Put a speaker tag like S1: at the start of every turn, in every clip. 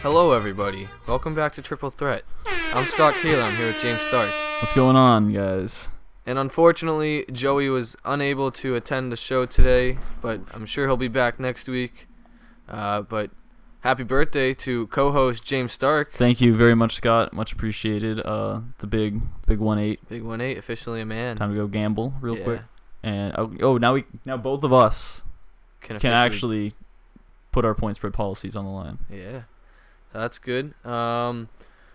S1: Hello, everybody. Welcome back to Triple Threat. I'm Scott Keeler. I'm here with James Stark.
S2: What's going on, guys?
S1: And unfortunately, Joey was unable to attend the show today, but I'm sure he'll be back next week. Uh, but happy birthday to co host James Stark.
S2: Thank you very much, Scott. Much appreciated. Uh, the big, big one eight.
S1: Big 1 8, officially a man.
S2: Time to go gamble real
S1: Yeah,
S2: quick. And oh, oh, now we, now both of us can actually put our point spread policies on the line.
S1: Yeah, that's good. Um,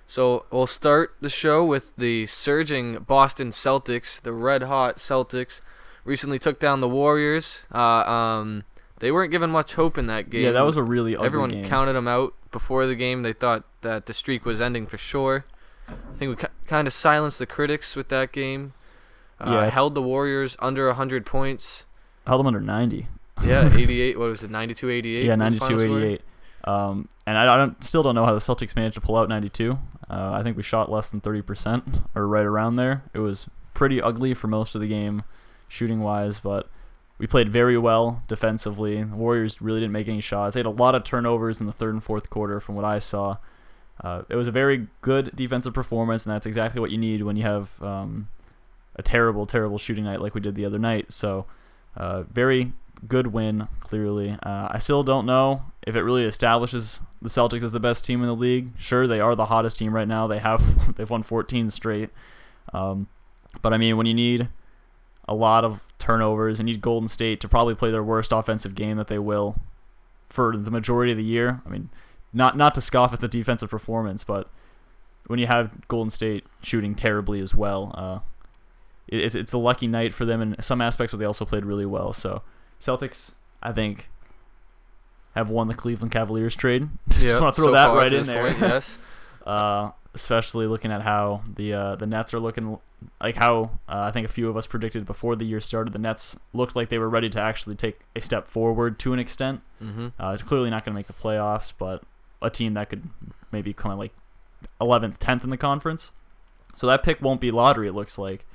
S1: so we'll start the show with the surging Boston Celtics. The red hot Celtics recently took down the Warriors. Uh, um, they weren't given much hope in that game.
S2: Yeah, that was a really ugly
S1: everyone
S2: game.
S1: counted them out before the game. They thought that the streak was ending for sure. I think we ki kind of silenced the critics with that game. Uh,
S2: Yeah.
S1: held the Warriors under 100 points.
S2: Held them under ninety.
S1: Yeah, 88. What was it? 92 88.
S2: yeah, ninety two eighty eight. Um, and I I don't still don't know how the Celtics managed to pull out ninety two. Uh, I think we shot less than thirty percent or right around there. It was pretty ugly for most of the game, shooting wise, but we played very well defensively. The Warriors really didn't make any shots. They had a lot of turnovers in the third and fourth quarter, from what I saw. Uh, it was a very good defensive performance, and that's exactly what you need when you have um, a terrible, terrible shooting night like we did the other night. So, uh, very good win, clearly. Uh, I still don't know if it really establishes the Celtics as the best team in the league. Sure, they are the hottest team right now. They have they've won 14 straight. Um, but I mean, when you need a lot of turnovers and you need Golden State to probably play their worst offensive game that they will for the majority of the year. I mean, not not to scoff at the defensive performance, but when you have Golden State shooting terribly as well, uh, it- it's it's a lucky night for them in some aspects, but they also played really well. So Celtics, I think, have won the Cleveland Cavaliers trade. Just want to throw that right in there.
S1: yes.
S2: uh, especially looking at how the uh, the Nets are looking, like how uh, I think a few of us predicted before the year started, the Nets looked like they were ready to actually take a step forward to an extent.
S1: hmm
S2: Uh, it's clearly not going to make the playoffs, but a team that could maybe come in like 11th, 10th in the conference. So that pick won't be lottery. It looks like.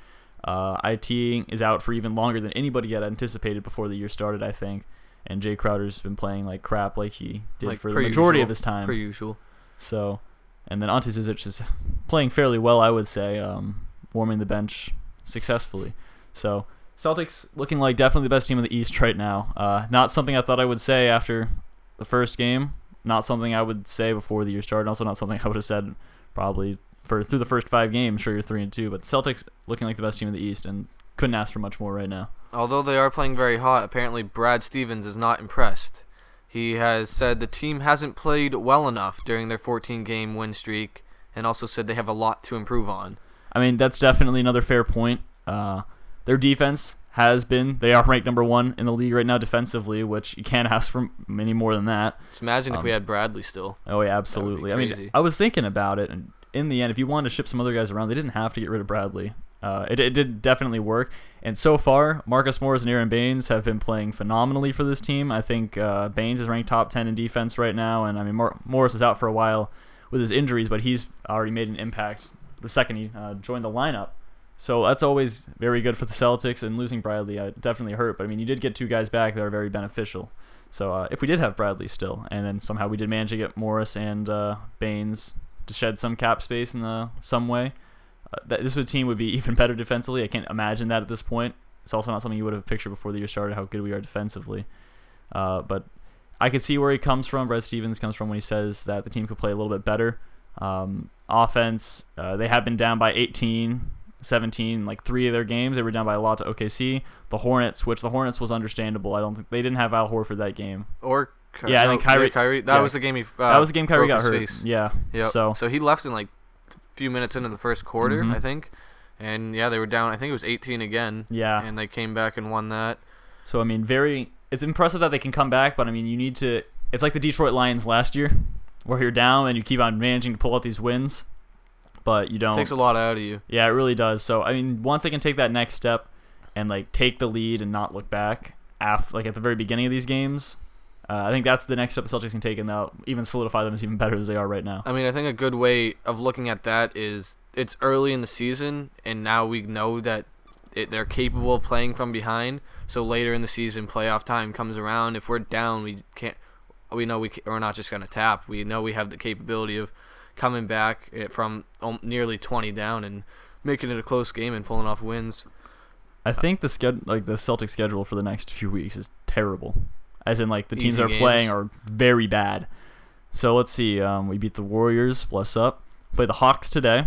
S2: Uh, it is out for even longer than anybody had anticipated before the year started. I think. And Jay Crowder's been playing like crap, like he did
S1: Like
S2: for the
S1: per
S2: majority
S1: usual,
S2: of his time.
S1: Per usual.
S2: So, and then Ante Zizic is playing fairly well, I would say, um, warming the bench successfully. So, Celtics looking like definitely the best team in the East right now. Uh, not something I thought I would say after the first game. Not something I would say before the year started. Also, not something I would have said probably for through the first five games. Sure, you're three and two, but Celtics looking like the best team in the East, and couldn't ask for much more right now.
S1: Although they are playing very hot, apparently Brad Stevens is not impressed. He has said the team hasn't played well enough during their 14 game win streak and also said they have a lot to improve on.
S2: I mean, that's definitely another fair point. Uh, their defense has been, they are ranked number one in the league right now defensively, which you can't ask for many more than that.
S1: So imagine if we
S2: Um,
S1: had Bradley still.
S2: Oh, yeah, absolutely. I mean,
S1: crazy.
S2: I was thinking about it, and in the end, if you wanted to ship some other guys around, they didn't have to get rid of Bradley. Uh, it, it did definitely work. And so far, Marcus Morris and Aaron Baines have been playing phenomenally for this team. I think uh, Baines is ranked top 10 in defense right now, and I mean, Mor- Morris is out for a while with his injuries, but he's already made an impact the second he uh, joined the lineup. So that's always very good for the Celtics, and losing Bradley uh, definitely hurt. But I mean, you did get two guys back that are very beneficial. So uh, if we did have Bradley still, and then somehow we did manage to get Morris and uh, Baines to shed some cap space in the, some way, uh, that this would team would be even better defensively. I can't imagine that at this point. It's also not something you would have pictured before the year started how good we are defensively. Uh, but I could see where he comes from. Brad Stevens comes from when he says that the team could play a little bit better. Um, offense, uh, they have been down by 18, 17, like three of their games. They were down by a lot to OKC. The Hornets, which the Hornets was understandable. I don't think they didn't have Al Horford that game.
S1: Or Ky-
S2: Yeah, I
S1: no,
S2: think Kyrie-
S1: Kyrie. That
S2: yeah.
S1: was the game he. Uh,
S2: that was the game Kyrie
S1: broke
S2: got
S1: his
S2: hurt.
S1: face.
S2: Yeah.
S1: Yep.
S2: So
S1: So he left in like a few minutes into the first quarter,
S2: Mhm.
S1: I think. And yeah, they were down. I think it was 18 again.
S2: yeah.
S1: And they came back and won that.
S2: So I mean, very. It's impressive that they can come back, but I mean, you need to. It's like the Detroit Lions last year, where you're down and you keep on managing to pull out these wins, but you don't.
S1: Takes a lot out of you.
S2: yeah, it really does. So I mean, once they can take that next step and like take the lead and not look back after, like at the very beginning of these games, uh, I think that's the next step the Celtics can take, and they'll even solidify them as even better as they are right now.
S1: I mean, I think a good way of looking at that is it's early in the season, and now we know that it, they're capable of playing from behind. So later in the season, playoff time comes around. If we're down, we can't. we know we c- we're not just going to tap. We know we have the capability of coming back eh, from om- nearly 20 down and making it a close game and pulling off wins.
S2: I think the sched like the Celtic schedule for the next few weeks is terrible. As in like the teams
S1: Easy
S2: they're playing
S1: games.
S2: are very bad. So let's see. Um, we beat the Warriors, bless up. Play the Hawks today.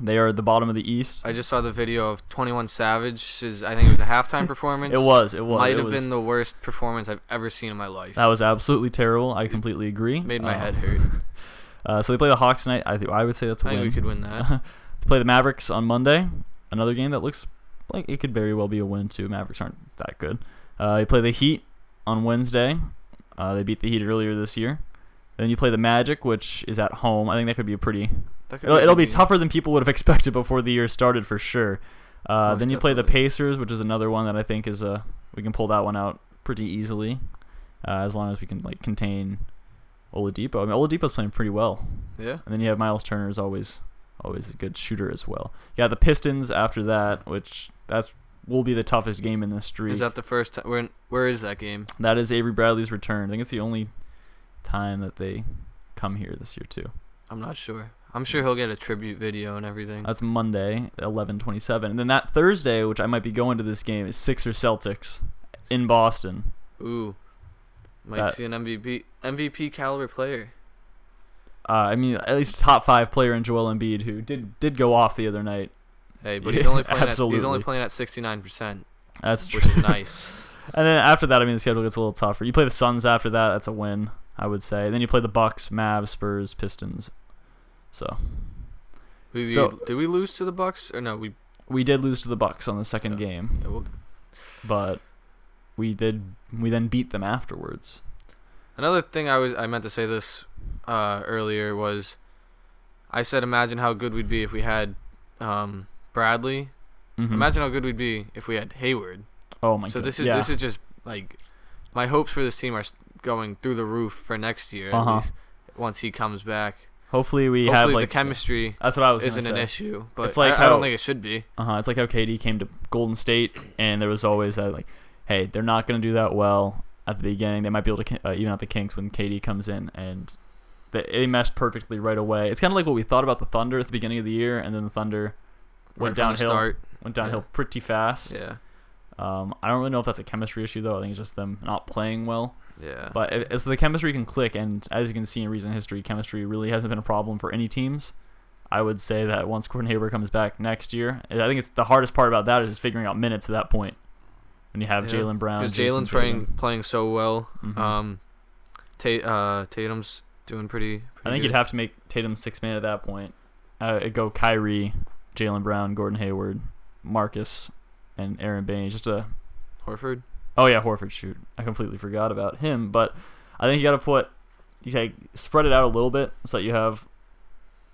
S2: They are at the bottom of the East.
S1: I just saw the video of 21 Savage's. I think it was a halftime performance.
S2: It was. It was.
S1: Might
S2: it
S1: have
S2: was,
S1: been the worst performance I've ever seen in my life.
S2: that was absolutely terrible. I completely agree.
S1: Made my
S2: Uh,
S1: head hurt.
S2: Uh, so they play the Hawks tonight. I th- I would say that's a
S1: I think
S2: win.
S1: we could win that.
S2: play the Mavericks on Monday. Another game that looks like it could very well be a win too. Mavericks aren't that good. Uh, you play the Heat on Wednesday. Uh, they beat the Heat earlier this year. Then you play the Magic, which is at home. I think that could be a pretty.
S1: That could
S2: It'll,
S1: a
S2: it'll
S1: good
S2: be
S1: game.
S2: tougher than people would have expected before the year started for sure. Uh,
S1: Most
S2: then you play the
S1: definitely.
S2: Pacers, which is another one that I think is a we can pull that one out pretty easily, uh, as long as we can like contain Oladipo. I mean, Oladipo's playing pretty well.
S1: Yeah.
S2: And then you have Miles Turner is always always a good shooter as well. You got the Pistons after that, which that's will be the toughest game in this streak.
S1: Is that the first time? Where, where is that game?
S2: that is Avery Bradley's return. I think it's the only time that they come here this year too.
S1: I'm not sure. I'm sure he'll get a tribute video and everything.
S2: That's Monday, eleven twenty seven. And then that Thursday, which I might be going to this game, is Sixer Celtics in Boston.
S1: Ooh. Might
S2: That-
S1: see an MVP MVP caliber player.
S2: Uh, I mean, at least top five player in Joel Embiid, who did did go off the other night.
S1: Hey, but
S2: Yeah,
S1: he's only playing at, he's
S2: absolutely.
S1: only playing at 69%,
S2: That's true.
S1: which is nice.
S2: And then after that, I mean, the schedule gets a little tougher. You play the Suns after that; that's a win, I would say. Then you play the Bucks, Mavs, Spurs, Pistons. So
S1: We, we-
S2: So-
S1: did we lose to the Bucks or no? We
S2: we did lose to the Bucks on the second
S1: Yeah.
S2: game,
S1: yeah, well,
S2: but we did we then beat them afterwards.
S1: Another thing I was I meant to say this uh, earlier was I said imagine how good we'd be if we had um, Bradley.
S2: Mhm.
S1: Imagine how good we'd be if we had Hayward.
S2: oh my
S1: so
S2: god!
S1: this is
S2: yeah.
S1: this is just like my hopes for this team are s- going through the roof for next year
S2: Uh-huh.
S1: at least once he comes back.
S2: hopefully we
S1: Hopefully
S2: have like
S1: the chemistry
S2: That's what I was
S1: isn't
S2: gonna
S1: an
S2: say.
S1: issue, but
S2: It's like
S1: I, I
S2: how-
S1: don't think it should be.
S2: Uh-huh. It's like how KD came to Golden State, and there was always that like, hey, they're not going to do that well at the beginning. They might be able to ki- uh, even out the kinks when KD comes in, and they, they meshed perfectly right away. It's kind of like what we thought about the Thunder at the beginning of the year, and then the Thunder
S1: Right
S2: went
S1: from the
S2: downhill,
S1: Start.
S2: went downhill pretty fast.
S1: Yeah,
S2: Um, I don't really know if that's a chemistry issue though. I think it's just them not playing well.
S1: yeah.
S2: But it, it's the chemistry can click, and as you can see in recent history, chemistry really hasn't been a problem for any teams. I would say that once Gordon Hayward comes back next year, I think it's the hardest part about that is just figuring out minutes at that point. When you have
S1: Yeah.
S2: Jalen Brown,
S1: because
S2: Jason
S1: Jalen's playing
S2: Tatum.
S1: playing so well.
S2: Mhm.
S1: Um, Ta- uh, Tatum's doing pretty.
S2: I think you'd have to make Tatum six man at that point. Uh, it'd go Kyrie, Jalen Brown, Gordon Hayward, Marcus, and Aaron Baines. Just a
S1: Horford.
S2: Oh yeah, Horford shoot. I completely forgot about him, but I think you got to put you like spread it out a little bit so that you have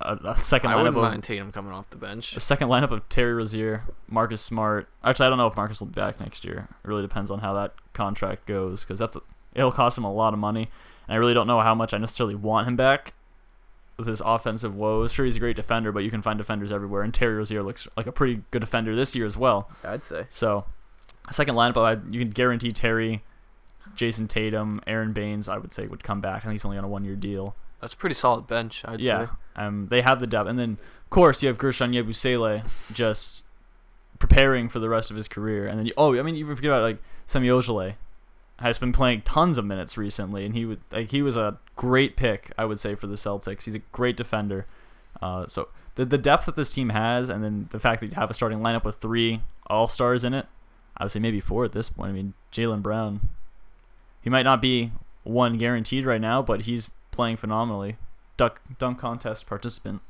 S2: a, a second
S1: I wouldn't
S2: lineup of
S1: mind Tatum coming off the bench.
S2: a second lineup of Terry Rozier, Marcus Smart. Actually, I don't know if Marcus will be back next year. It really depends on how that contract goes because that's it'll cost him a lot of money, and I really don't know how much I necessarily want him back with his offensive woes. Sure, he's a great defender, but you can find defenders everywhere, and Terry Rozier looks like a pretty good defender this year as well.
S1: I'd say.
S2: So, second lineup, I, you can guarantee Terry, Jason Tatum, Aaron Baines, I would say, would come back. I think he's only on a one year deal.
S1: That's a pretty solid bench. I'd
S2: yeah.
S1: say.
S2: Um, they have the depth. And then, of course, you have Gershon Yebusele just preparing for the rest of his career. And then, you, oh, I mean, you forget about, like, Semi Ojale has been playing tons of minutes recently. And he would like he was a great pick, I would say, for the Celtics. He's a great defender. Uh, so the, the depth that this team has, and then the fact that you have a starting lineup with three All Stars in it, I would say maybe four at this point. I mean, Jalen Brown, he might not be one guaranteed right now, but he's playing phenomenally. Duck dunk contest participant,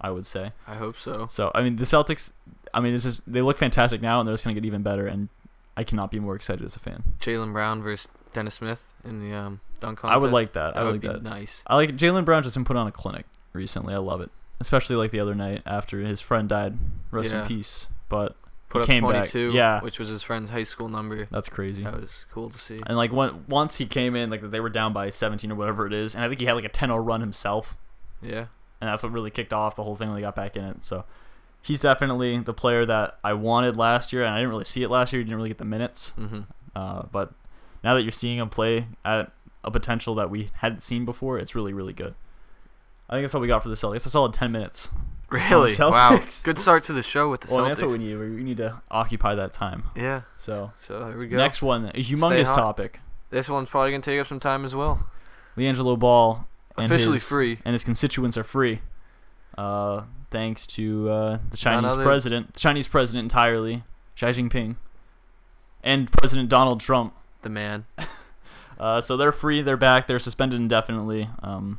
S2: I would say.
S1: I hope so.
S2: So I mean, the Celtics, I mean, this is they look fantastic now, and they're just gonna get even better. And I cannot be more excited as a fan.
S1: Jalen Brown versus Dennis Smith in the um, dunk contest.
S2: I would like that.
S1: That
S2: I
S1: would
S2: would like
S1: be
S2: that.
S1: nice.
S2: I like Jalen Brown just been put on a clinic recently. I love it, especially like the other night after his friend died. Rest
S1: Yeah.
S2: in peace. But
S1: Put up
S2: came back.
S1: 22,
S2: Yeah.
S1: which was his friend's high school number.
S2: that's crazy.
S1: That was cool to see.
S2: And like when, once he came in, like they were down by 17 or whatever it is, and I think he had like a 10-0 run himself,
S1: Yeah.
S2: and that's what really kicked off the whole thing when they got back in it. So he's definitely the player that I wanted last year, and I
S1: Mm-hmm.
S2: didn't really see it last year. He didn't really get the minutes,
S1: hmm
S2: uh, but now that you're seeing him play at a potential that we hadn't seen before. It's really really good. I think that's what we got for the Celtics. It's a solid ten minutes.
S1: Really?
S2: On
S1: Wow.
S2: Celtics.
S1: Good start to the show with the
S2: Well,
S1: Celtics.
S2: and that's what we need. We we need to occupy that time.
S1: Yeah.
S2: So
S1: So here we go.
S2: next one, a humongous
S1: hot.
S2: topic.
S1: This one's probably gonna take up some time as well.
S2: LiAngelo Ball and
S1: Officially
S2: his-
S1: free.
S2: and his constituents are free, uh, thanks to uh, the Chinese
S1: other-
S2: president, the Chinese president entirely, Xi Jinping, and President Donald Trump.
S1: The man.
S2: Uh, so they're free. They're back. They're suspended indefinitely, um,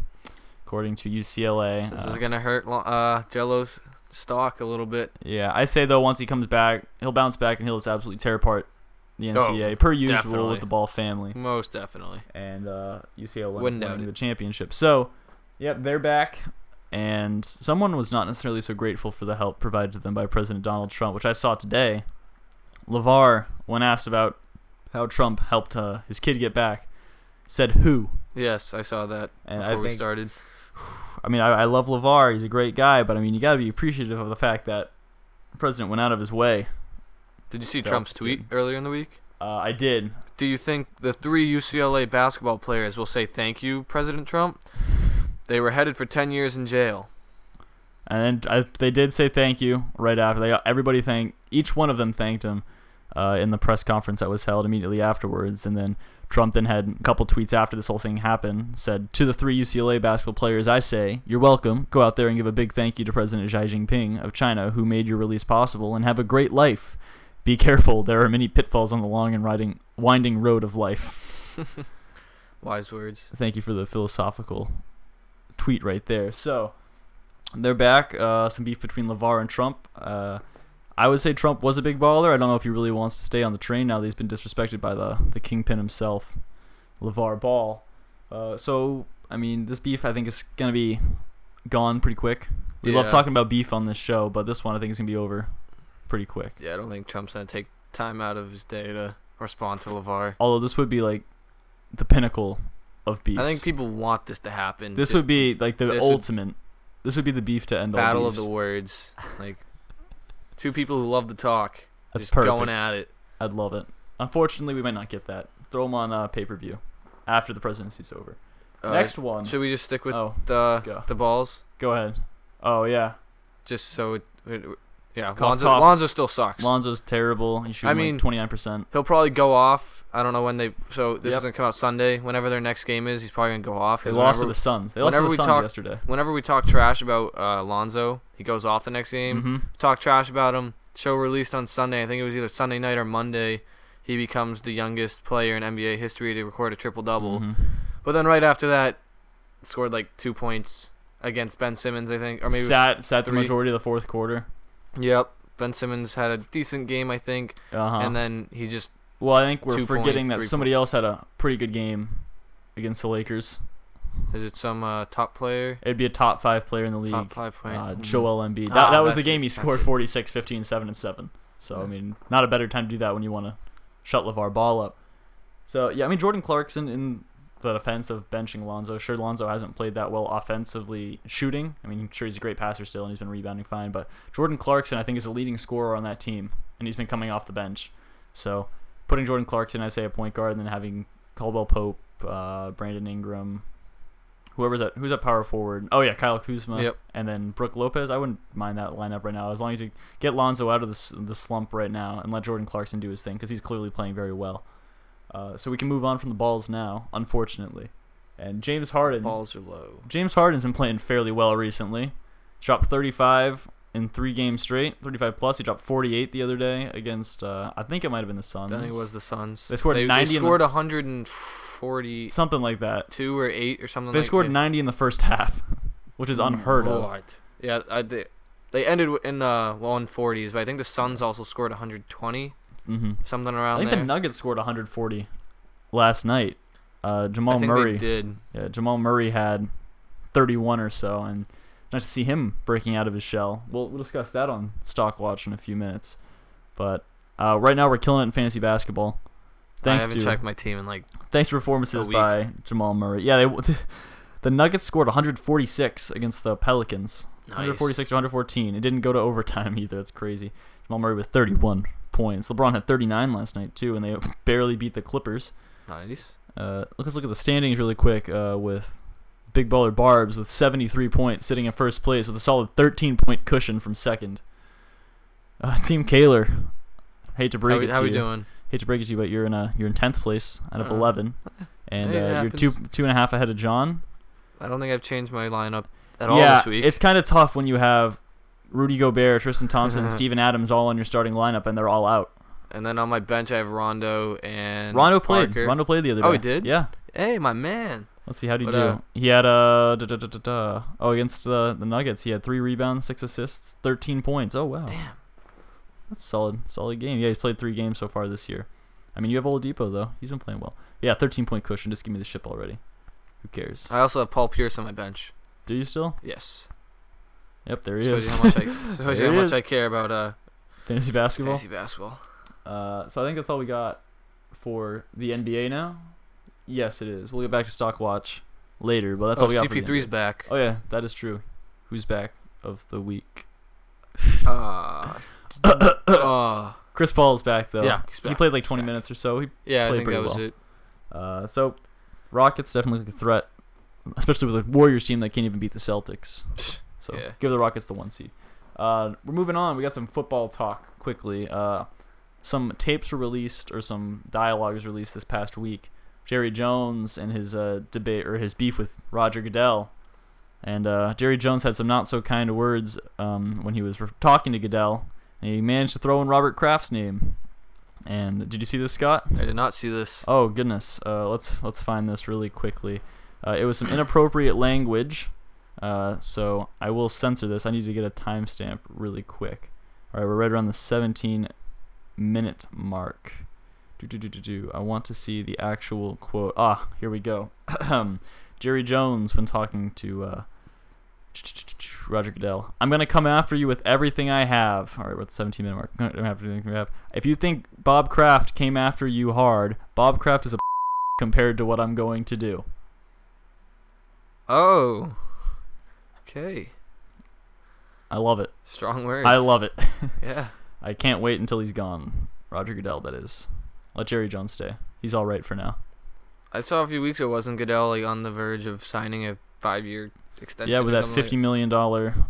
S2: according to UCLA.
S1: This
S2: Uh,
S1: is gonna hurt lo- uh, Jello's stock a little bit.
S2: yeah, I say though, once he comes back, he'll bounce back and he'll just absolutely tear apart the NCAA per usual
S1: Oh, definitely.
S2: with the Ball family
S1: Most definitely.
S2: and uh, UCLA
S1: Wouldn't
S2: winning
S1: doubt it.
S2: the championship. So, yep, they're back. And someone was not necessarily so grateful for the help provided to them by President Donald Trump, which I saw today. LeVar, when asked about how Trump helped uh, his kid get back, said who.
S1: Yes, I saw that
S2: And
S1: before
S2: I
S1: we
S2: think-
S1: started.
S2: I mean, I, I love LeVar. He's a great guy, but I mean, you got to be appreciative of the fact that the president went out of his way.
S1: Did you see
S2: Delph
S1: Trump's tweet
S2: did.
S1: earlier in the week?
S2: Uh, I did.
S1: Do you think the three UCLA basketball players will say thank you, President Trump? They were headed for 10 years in jail.
S2: And then I, they did say thank you right after. They everybody thanked each one of them thanked him uh, in the press conference that was held immediately afterwards. And then Trump then had a couple tweets after this whole thing happened. Said to the three UCLA basketball players, "I say you're welcome. Go out there and give a big thank you to President Xi Jinping of China, who made your release possible, and have a great life. Be careful. There are many pitfalls on the long and riding, winding road of life."
S1: Wise words.
S2: thank you for the philosophical tweet right there. So they're back. Uh, some beef between Levar and Trump. Uh, I would say Trump was a big baller. I don't know if he really wants to stay on the train now that he's been disrespected by the the kingpin himself, Levar Ball. Uh, so I mean, this beef I think is gonna be gone pretty quick. We love
S1: Yeah.
S2: talking about beef on this show, but this one I think is gonna be over pretty quick.
S1: Yeah, I don't think Trump's going to take time out of his day to respond to LeVar.
S2: Although this would be like the pinnacle of beef.
S1: I think people want this to happen.
S2: This
S1: Just
S2: would be like the
S1: this would-
S2: ultimate. this would be the beef to end all
S1: battle of
S2: beefs.
S1: the words. Like two people who love to talk
S2: That's
S1: just
S2: perfect.
S1: going at it.
S2: I'd love it. Unfortunately, we might not get that. Throw them on uh, pay per view after the presidency's over.
S1: Uh,
S2: Next one.
S1: Should we just stick with
S2: oh,
S1: the
S2: go.
S1: the balls
S2: go ahead. Oh yeah,
S1: just so it, it yeah,
S2: Cough,
S1: Lonzo,
S2: cough.
S1: Lonzo still sucks.
S2: Lonzo's terrible. He's shooting
S1: I mean-
S2: like twenty nine percent.
S1: He'll probably go off. I don't know when they. So this
S2: Yep.
S1: is gonna come out Sunday. Whenever their next game is, he's probably gonna go off.
S2: They
S1: 'cause
S2: lost to
S1: whenever,
S2: the Suns. They lost to
S1: whenever
S2: the
S1: we
S2: Suns
S1: talk-
S2: yesterday.
S1: whenever we talk trash about uh, Lonzo, he goes off the next game.
S2: hmm
S1: Talk trash about him. Show released on Sunday. I think it was either Sunday night or Monday. He becomes the youngest player in NBA history to record a triple double.
S2: Mm-hmm.
S1: But then right after that, scored like two points against Ben Simmons. I think, or maybe. it was-
S2: sat sat the
S1: three.
S2: majority of the fourth quarter.
S1: yep. Ben Simmons had a decent game, I think,
S2: Uh huh.
S1: and then he just
S2: well, I think we're
S1: two
S2: forgetting
S1: points,
S2: that
S1: three
S2: somebody else had a pretty good game against the Lakers.
S1: is it some uh, top player,
S2: It'd be a top five player in the league.
S1: top five player.
S2: uh,
S1: Mm.
S2: Joel Embiid. That,
S1: Ah,
S2: that was the
S1: that's
S2: game
S1: it,
S2: he
S1: that's
S2: scored
S1: it.
S2: 46, 15, 7, and 7. So, I
S1: Yeah.
S2: mean, not a better time to do that when you want to shut LeVar Ball up. So, yeah, I mean, Jordan Clarkson in the defense of benching Lonzo. Sure, Lonzo hasn't played that well offensively shooting. I mean, sure, he's a great passer still, and he's been rebounding fine. But Jordan Clarkson, I think, is a leading scorer on that team, and he's been coming off the bench. So, putting Jordan Clarkson, I say, a point guard, and then having Caldwell Pope, uh, Brandon Ingram, whoever's at who's at power forward. Oh yeah, Kyle Kuzma.
S1: Yep.
S2: And then Brooke Lopez. I wouldn't mind that lineup right now as long as you get Lonzo out of the s- the slump right now and let Jordan Clarkson do his thing because he's clearly playing very well. Uh, so we can move on from the balls now, unfortunately. And James Harden.
S1: Balls are low.
S2: James Harden's been playing fairly well recently. Dropped 35 in three games straight, 35 plus. He dropped 48 the other day against, uh, I think it might have been
S1: I
S2: the Suns.
S1: think it was the Suns.
S2: They scored
S1: they,
S2: 90
S1: They
S2: in
S1: scored 142
S2: something like that.
S1: or 8 or something.
S2: They
S1: like Mm,
S2: scored
S1: that.
S2: 90 in the first half, which is unheard of.
S1: Lord. Yeah, I, they, they ended w- in the 140s, but I think the Suns also scored 120,
S2: Mm-hmm.
S1: something
S2: I
S1: around
S2: think
S1: there.
S2: the Nuggets scored 140 last night. Uh, Jamal
S1: I think
S2: Murray.
S1: they did.
S2: Yeah, Jamal Murray had 31 or so, and nice to see him breaking out of his shell. We'll, we'll discuss that on Stock Watch in a few minutes. But uh, right now, we're killing it in fantasy basketball.
S1: I
S2: Thanks
S1: haven't
S2: to
S1: checked my team in like
S2: thanks to performances
S1: a week.
S2: by Jamal Murray. Yeah, they the Nuggets scored 146 against the Pelicans.
S1: nice.
S2: 146 to 114. It didn't go to overtime either. That's crazy. Jamal Murray with 31 points. LeBron had 39 last night too, and they barely beat the Clippers.
S1: Nice.
S2: Uh, let's look at the standings really quick uh, with Big Baller Barbs with 73 points sitting in first place with a solid 13 point cushion from second. Uh, Team Kaler, hate to break
S1: how we,
S2: it
S1: how
S2: to
S1: we
S2: you.
S1: doing?
S2: Hate to break it to you, but you're in a you're in tenth place out of
S1: Uh,
S2: eleven, and
S1: hey, it
S2: uh, you're
S1: happens.
S2: two two and a half ahead of John.
S1: I don't think I've changed my lineup at
S2: yeah,
S1: all this week.
S2: it's kind of tough when you have Rudy Gobert, Tristan Thompson, and Steven Adams all in your starting lineup, and they're all out.
S1: and then on my bench, I have Rondo and
S2: Rondo played.
S1: Parker.
S2: Rondo played the other day.
S1: Oh, he did?
S2: Yeah.
S1: Hey, my man.
S2: Let's see how did he
S1: But, uh,
S2: do. He had uh da, da, da, da, da. oh against the the Nuggets, he had three rebounds, six assists, thirteen points. Oh wow,
S1: Damn.
S2: that's solid, solid game. Yeah, he's played three games so far this year. I mean, you have Oladipo though; he's been playing well. Yeah, thirteen point cushion. Just give me the ship already. Who cares?
S1: I also have Paul Pierce on my bench.
S2: do you still?
S1: Yes.
S2: Yep, there he
S1: Shows
S2: is.
S1: you how much I, shows you
S2: There
S1: how
S2: he
S1: much
S2: is.
S1: I care about uh,
S2: Fantasy basketball.
S1: fantasy basketball.
S2: Uh, so I think that's all we got for the NBA now. Yes, it is. We'll get back to stock watch later, but that's
S1: oh,
S2: all we got. for the
S1: CP3's
S2: NBA.
S1: back.
S2: Oh yeah, that is true. Who's back of the week? Oh.
S1: Uh, uh,
S2: Chris Paul's back though.
S1: yeah, he's
S2: He
S1: back.
S2: played like 20
S1: Back.
S2: minutes or so. He,
S1: yeah, I
S2: played
S1: think
S2: pretty
S1: that was
S2: well.
S1: it.
S2: uh, so Rockets definitely look a threat, especially with a Warriors team that can't even beat the Celtics. So
S1: Yeah.
S2: give the Rockets the one seed. Uh, we're moving on. We got some football talk quickly. Uh, some tapes were released or some dialogue was released this past week. Jerry Jones and his uh, debate or his beef with Roger Goodell. And uh, Jerry Jones had some not so kind words um, when he was re- talking to Goodell, and he managed to throw in Robert Kraft's name. And did you see this, Scott?
S1: I did not see this.
S2: Oh goodness, uh, let's let's find this really quickly. Uh, it was some inappropriate language, uh, so I will censor this. I need to get a timestamp really quick. All right, we're right around the 17 minute mark. Do do do do do. I want to see the actual quote. Ah, here we go. Jerry Jones, when talking to uh, Roger Goodell, I'm gonna come after you with everything I have. All right, we're at the 17 minute mark. I'm gonna have everything I have. If you think Bob Kraft came after you hard, Bob Kraft is a compared to what I'm going to do.
S1: Oh. Okay.
S2: I love it.
S1: Strong words.
S2: I love it.
S1: Yeah.
S2: I can't wait until he's gone. Roger Goodell, that is. Let Jerry Jones stay. He's all right for now.
S1: I saw a few weeks ago wasn't Goodell like, on the verge of signing a five-year extension.
S2: yeah,
S1: or
S2: with that
S1: something like-
S2: fifty million dollar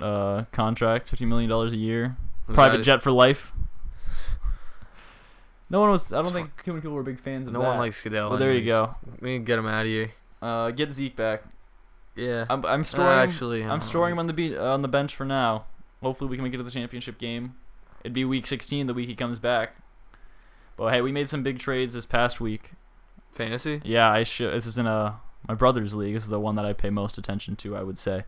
S2: uh, contract, fifty million dollars a year,
S1: was
S2: private
S1: that-
S2: jet for life. No one was. I don't
S1: It's
S2: think too many people were big fans of
S1: No
S2: that.
S1: one likes Goodell.
S2: Well, there you
S1: anyways.
S2: go.
S1: We need to get him out of here.
S2: Uh, get Zeke back.
S1: Yeah.
S2: I'm, I'm
S1: Uh,
S2: storing.
S1: actually,
S2: I'm storing him on the be- uh, on the bench for now. Hopefully, we can make it to the championship game. It'd be week 16 the week he comes back. But hey, we made some big trades this past week.
S1: Fantasy.
S2: Yeah, I should. This is in a my brother's league. This is the one that I pay most attention to. I would say.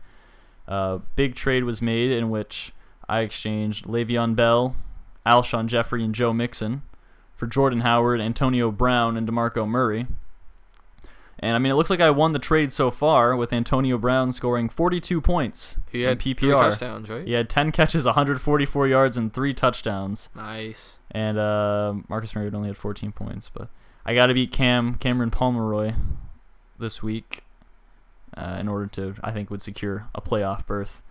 S2: Uh, big trade was made in which I exchanged Le'Veon Bell, Alshon Jeffrey, and Joe Mixon for Jordan Howard, Antonio Brown, and Demarco Murray. And I mean, it looks like I won the trade so far with Antonio Brown scoring 42 points
S1: He
S2: in
S1: had three
S2: PPR.
S1: touchdowns, right?
S2: He had 10 catches, 144 yards, and three touchdowns.
S1: Nice.
S2: And uh, Marcus Mariota only had 14 points, but I got to beat Cam Cameron Palmeroy this week uh, in order to I think would secure a playoff berth.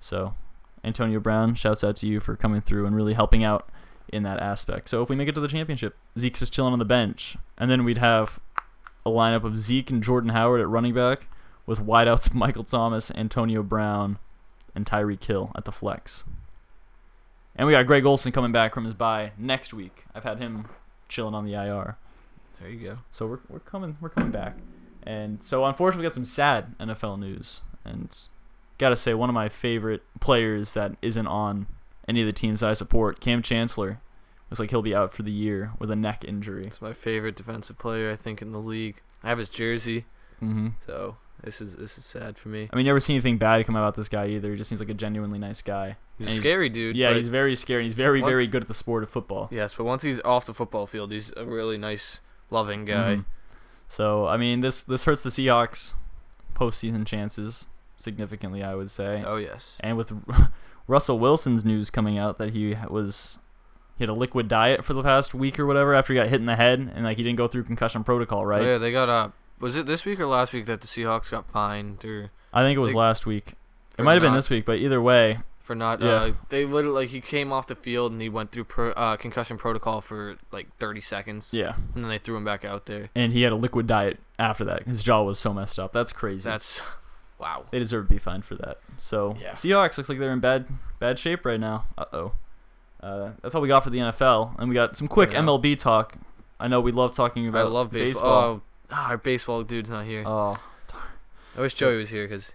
S2: So Antonio Brown, shouts out to you for coming through and really helping out in that aspect. So if we make it to the championship, Zeke's just chilling on the bench, and then we'd have a lineup of Zeke and Jordan Howard at running back with wideouts Michael Thomas, Antonio Brown, and Tyree Kill at the flex. And we got Greg Olson coming back from his bye next week. I've had him chilling on the IR.
S1: There you go.
S2: So we're, we're coming we're coming back. And so unfortunately we got some sad NFL news and gotta say one of my favorite players that isn't on any of the teams that I support, Cam Chancellor. Looks like he'll be out for the year with a neck injury.
S1: It's my favorite defensive player I think in the league. I have his jersey,
S2: Mm-hmm.
S1: so this is this is sad for me.
S2: I mean, you never seen anything bad come about this guy either. He just seems like a genuinely nice guy.
S1: He's a
S2: and he's-
S1: scary dude.
S2: yeah,
S1: but-
S2: he's very scary. and He's very,
S1: What-
S2: very good at the sport of football.
S1: Yes, but once he's off the football field, he's a really nice, loving guy.
S2: Mhm. So I mean, this this hurts the Seahawks postseason chances significantly. I would say.
S1: Oh yes.
S2: And with Russell Wilson's news coming out that he was he had a liquid diet for the past week or whatever after he got hit in the head and like he didn't go through concussion protocol, right?
S1: Oh, yeah, they got Uh, was it this week or last week that the Seahawks got fined or
S2: I think it was
S1: They-
S2: last week.
S1: for
S2: It might have been
S1: not-
S2: this week, but either way,
S1: for not.
S2: Yeah.
S1: Uh, they literally like he came off the field and he went through pro, uh, concussion protocol for like 30 seconds,
S2: Yeah,
S1: and then they threw him back out there.
S2: and he had a liquid diet after that. His jaw was so messed up. That's crazy.
S1: That's wow.
S2: they deserve to be fined for that. So
S1: Yeah.
S2: Seahawks looks like they're in bad bad shape right now. Uh oh. Uh, that's all we got for the NFL, and we got some quick
S1: Yeah.
S2: MLB talk. I know we love talking
S1: I
S2: about.
S1: love baseball. Oh, ah, our baseball dude's not here.
S2: Oh,
S1: I wish Joey was here because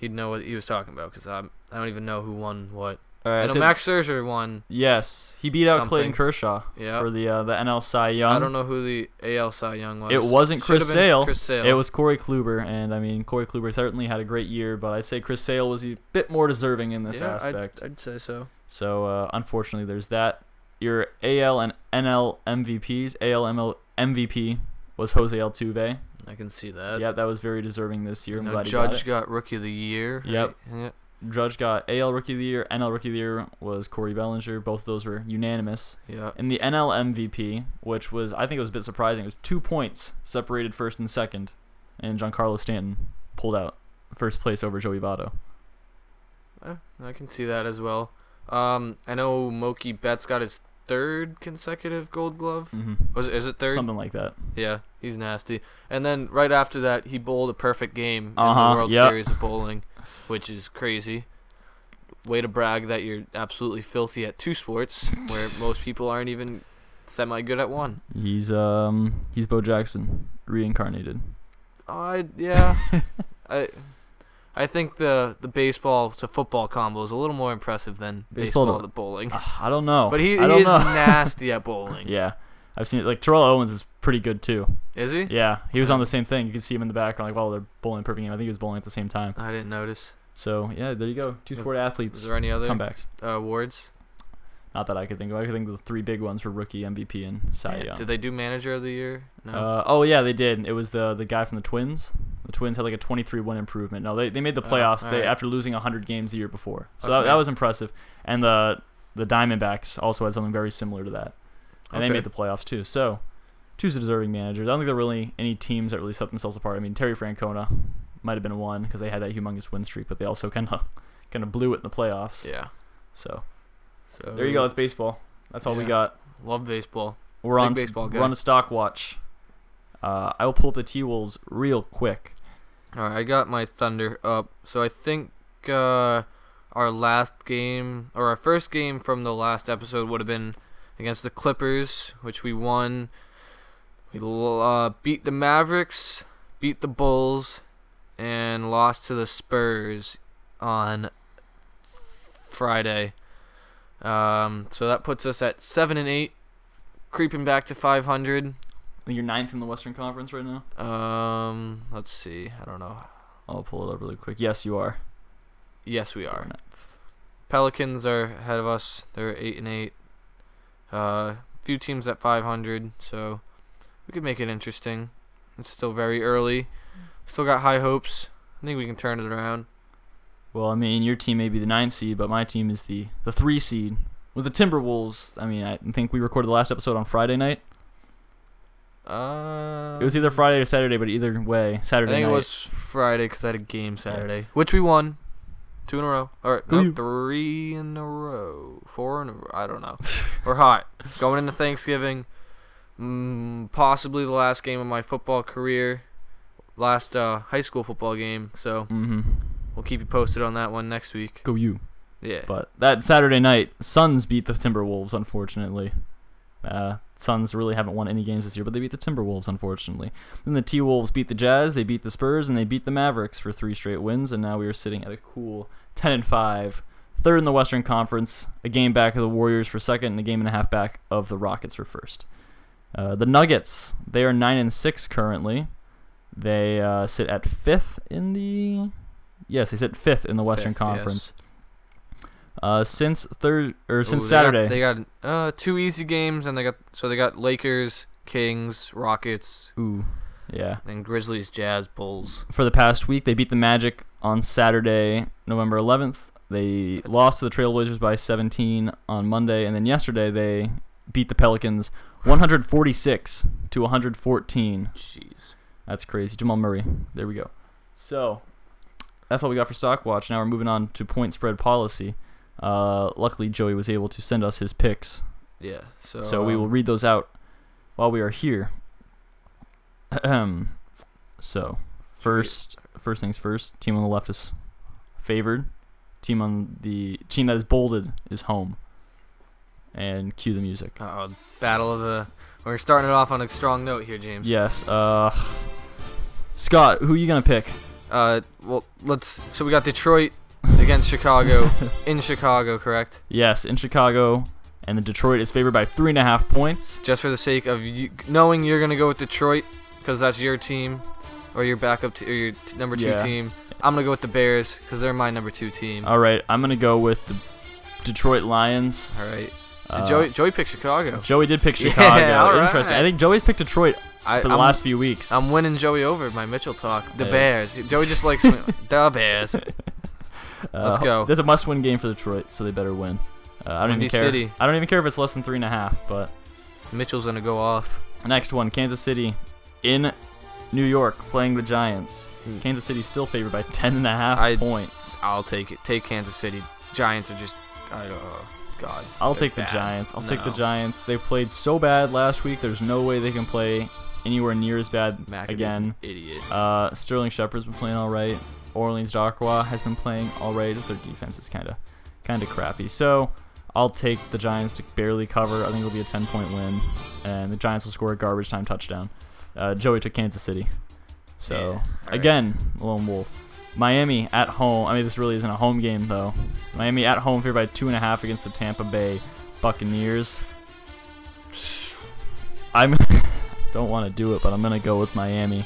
S1: he'd know what he was talking about. Because I I don't even know who won what.
S2: Oh, all
S1: I
S2: right.
S1: know
S2: so-
S1: Max Scherzer won.
S2: yes, he beat out Clayton
S1: Something.
S2: Kershaw
S1: Yeah.
S2: for the uh, the NL Cy Young.
S1: I don't know who the AL Cy Young was.
S2: It wasn't
S1: Should've
S2: Chris
S1: been
S2: Sale.
S1: Chris Sale.
S2: It was Corey Kluber, and I mean Corey Kluber certainly had a great year, but I say Chris Sale was a bit more deserving in this
S1: yeah, I'd-
S2: aspect.
S1: I'd, say so.
S2: So uh, unfortunately, there's that. Your AL and NL MVPs. AL ML MVP was Jose Altuve.
S1: I can see that.
S2: yeah, that was very deserving this year.
S1: You
S2: I'm
S1: know,
S2: glad he got
S1: Uh, Judge
S2: it.
S1: got, Rookie of the Year. right?
S2: Yep.
S1: Yeah.
S2: Judge got AL Rookie of the Year. NL Rookie of the Year was Corey Bellinger. Both of those were unanimous.
S1: Yeah.
S2: And the NL MVP, which was I think it was a bit surprising, it was two points separated first and second, and Giancarlo Stanton pulled out first place over Joey Votto.
S1: Uh, I can see that as well. Um, I know Mookie Betts got his third consecutive Gold Glove.
S2: hmm
S1: Was it, is it third?
S2: Something like that.
S1: Yeah, he's nasty. And then right after that, he bowled a perfect game in
S2: Uh-huh,
S1: the World
S2: yep.
S1: Series of Bowling, which is crazy. Way to brag that you're absolutely filthy at two sports, where most people aren't even semi good at one.
S2: He's um he's Bo Jackson reincarnated.
S1: I yeah, I I think the the baseball to football combo is a little more impressive than
S2: Baseball
S1: baseball,
S2: to-
S1: to bowling.
S2: Ah, I don't know.
S1: But he, he
S2: I don't
S1: is
S2: know.
S1: nasty at bowling.
S2: yeah. I've seen it. Like Terrell Owens is pretty good too.
S1: Is he?
S2: Yeah, he was on the same thing. You can see him in the background, like, wow, they're bowling perfect game. I think he was bowling at the same time.
S1: I didn't notice.
S2: So yeah, there you go. Two
S1: Is-
S2: sport
S1: Is
S2: athletes
S1: there any other
S2: comebacks.
S1: uh, awards?
S2: Not that I could think of. I could think of the three big ones for rookie, MVP, and Cy
S1: Yeah.
S2: Young.
S1: Did they do manager of the year? No.
S2: Uh, oh yeah, they did. It was the the guy from the Twins. The Twins had like a 23 win improvement. No, they, they made the
S1: Oh,
S2: playoffs they,
S1: alright.
S2: after losing 100 games the year before. So that,
S1: Okay.
S2: that was impressive. And the the Diamondbacks also had something very similar to that, and they
S1: Okay.
S2: made the playoffs too. So two's a deserving manager. I don't think there were really any teams that really set themselves apart. I mean, Terry Francona might have been one because they had that humongous win streak, but they also kind of kind of blew it in the playoffs.
S1: yeah.
S2: So
S1: So
S2: there you go. That's baseball. That's all we
S1: Yeah.
S2: got.
S1: Love baseball.
S2: We're
S1: Big
S2: on, to,
S1: baseball guy.
S2: we're on to stock watch. Uh, I will pull up the T Wolves real quick.
S1: All right, I got my Thunder up. So I think uh, our last game or our first game from the last episode would have been against the Clippers, which we won. We l- uh, beat the Mavericks, beat the Bulls, and lost to the Spurs on Friday. Um, so that puts us at seven and eight, creeping back to five hundred.
S2: I think you're ninth in the Western Conference right now.
S1: Um, let's see. I don't know.
S2: I'll pull it up really quick. Yes, you are.
S1: Yes, we
S2: You're
S1: are.
S2: ninth.
S1: Pelicans are ahead of us. They're eight and eight. Uh, few teams at 500, so we could make it interesting. It's still very early. Still got high hopes. I think we can turn it around.
S2: Well, I mean, your team may be the ninth seed, but my team is the, the three seed. With the Timberwolves, I mean, I think we recorded the last episode on Friday night.
S1: Uh,
S2: It was either Friday or Saturday, but either way,
S1: I
S2: Saturday
S1: think
S2: night.
S1: it was Friday because I had a game Saturday, which we won, two in a row. All right,
S2: Go
S1: no,
S2: you.
S1: three in a row, four in a row. I don't know. We're hot going into Thanksgiving, mm, possibly the last game of my football career, last uh, high school football game. So
S2: mm-hmm.
S1: we'll keep you posted on that one next week.
S2: Go you.
S1: Yeah,
S2: But that Saturday night, Suns beat the Timberwolves, unfortunately. Uh, Suns really haven't won any games this year, but they beat the Timberwolves, unfortunately. Then the T Wolves beat the Jazz, they beat the Spurs, and they beat the Mavericks for three straight wins, and now we are sitting at a cool 10 and 5. Third in the Western Conference, a game back of the Warriors for second, and a game and a half back of the Rockets for first. Uh, the Nuggets, they are 9 and 6 currently. They uh, sit at fifth in the. Yes, they sit fifth in the Western
S1: Fifth, yes.
S2: Conference. Uh, since third or since
S1: Ooh, they got-
S2: Saturday,
S1: they got, uh, two easy games, and they got so they got Lakers, Kings, Rockets,
S2: ooh, yeah.
S1: and Grizzlies, Jazz, Bulls.
S2: For the past week, they beat the Magic on Saturday, November 11th. They lost to the Trailblazers by 17 on Monday, and then yesterday they beat the Pelicans 146 to 114.
S1: Jeez.
S2: That's crazy. Jamal Murray. There we go. So that's all we got for Stock Watch. Now we're moving on to point spread policy. Uh, luckily, Joey was able to send us his picks,
S1: Yeah. So
S2: so we will
S1: um,
S2: read those out while we are here. Ahem. so, first, first things first. Team on the left is favored. Team on the team that is bolded is home. And cue the music.
S1: Uh-oh, battle of the. We're starting it off on a strong note here, James.
S2: Yes. Uh, Scott, who are you gonna pick?
S1: Uh, well, let's. So we got Detroit against Chicago in Chicago, correct?
S2: Yes, in Chicago, and the Detroit is favored by three and a half points.
S1: Just for the sake of you knowing you're gonna go with Detroit because that's your team or your backup t- or your t- number two
S2: Yeah.
S1: team. I'm gonna go with the Bears because they're my number two team.
S2: All right, I'm gonna go with the Detroit Lions.
S1: All right. Did
S2: Uh,
S1: Joey, Joey picked Chicago.
S2: Joey did pick
S1: Yeah,
S2: Chicago.
S1: all right.
S2: Interesting. I think Joey's picked Detroit
S1: I,
S2: for the
S1: I'm,
S2: last few weeks.
S1: I'm winning Joey over my Mitchell talk. The
S2: Yeah.
S1: Bears. Joey just likes the Bears.
S2: Uh,
S1: Let's go.
S2: That's a must-win game for Detroit, so they better win. Uh, I don't
S1: Windy
S2: even care.
S1: City.
S2: I don't even care if it's less than three and a half. But
S1: Mitchell's gonna go off.
S2: next one, Kansas City in New York playing the Giants.
S1: Hmm.
S2: Kansas City still favored by ten and a half
S1: I-
S2: points.
S1: I'll take it. Take Kansas City. Giants are just. I don't know. God.
S2: I'll
S1: they're
S2: take the
S1: bad.
S2: Giants. I'll take the
S1: No.
S2: Giants. They played so bad last week. There's no way they can play anywhere near as bad
S1: McAdoo's
S2: again.
S1: an idiot.
S2: Uh, Sterling Shepard's been playing all right. Orleans Darkwa has been playing all right. Their defense is kind of kind of crappy. So I'll take the Giants to barely cover. I think it'll be a 10 point win, and the Giants will score a garbage time touchdown. Uh, Joey took Kansas City. So
S1: Yeah, all right.
S2: again, lone wolf. Miami at home. I mean, this really isn't a home game though. Miami at home favored by two and a half against the Tampa Bay Buccaneers. I'm don't want to do it, but I'm gonna go with Miami.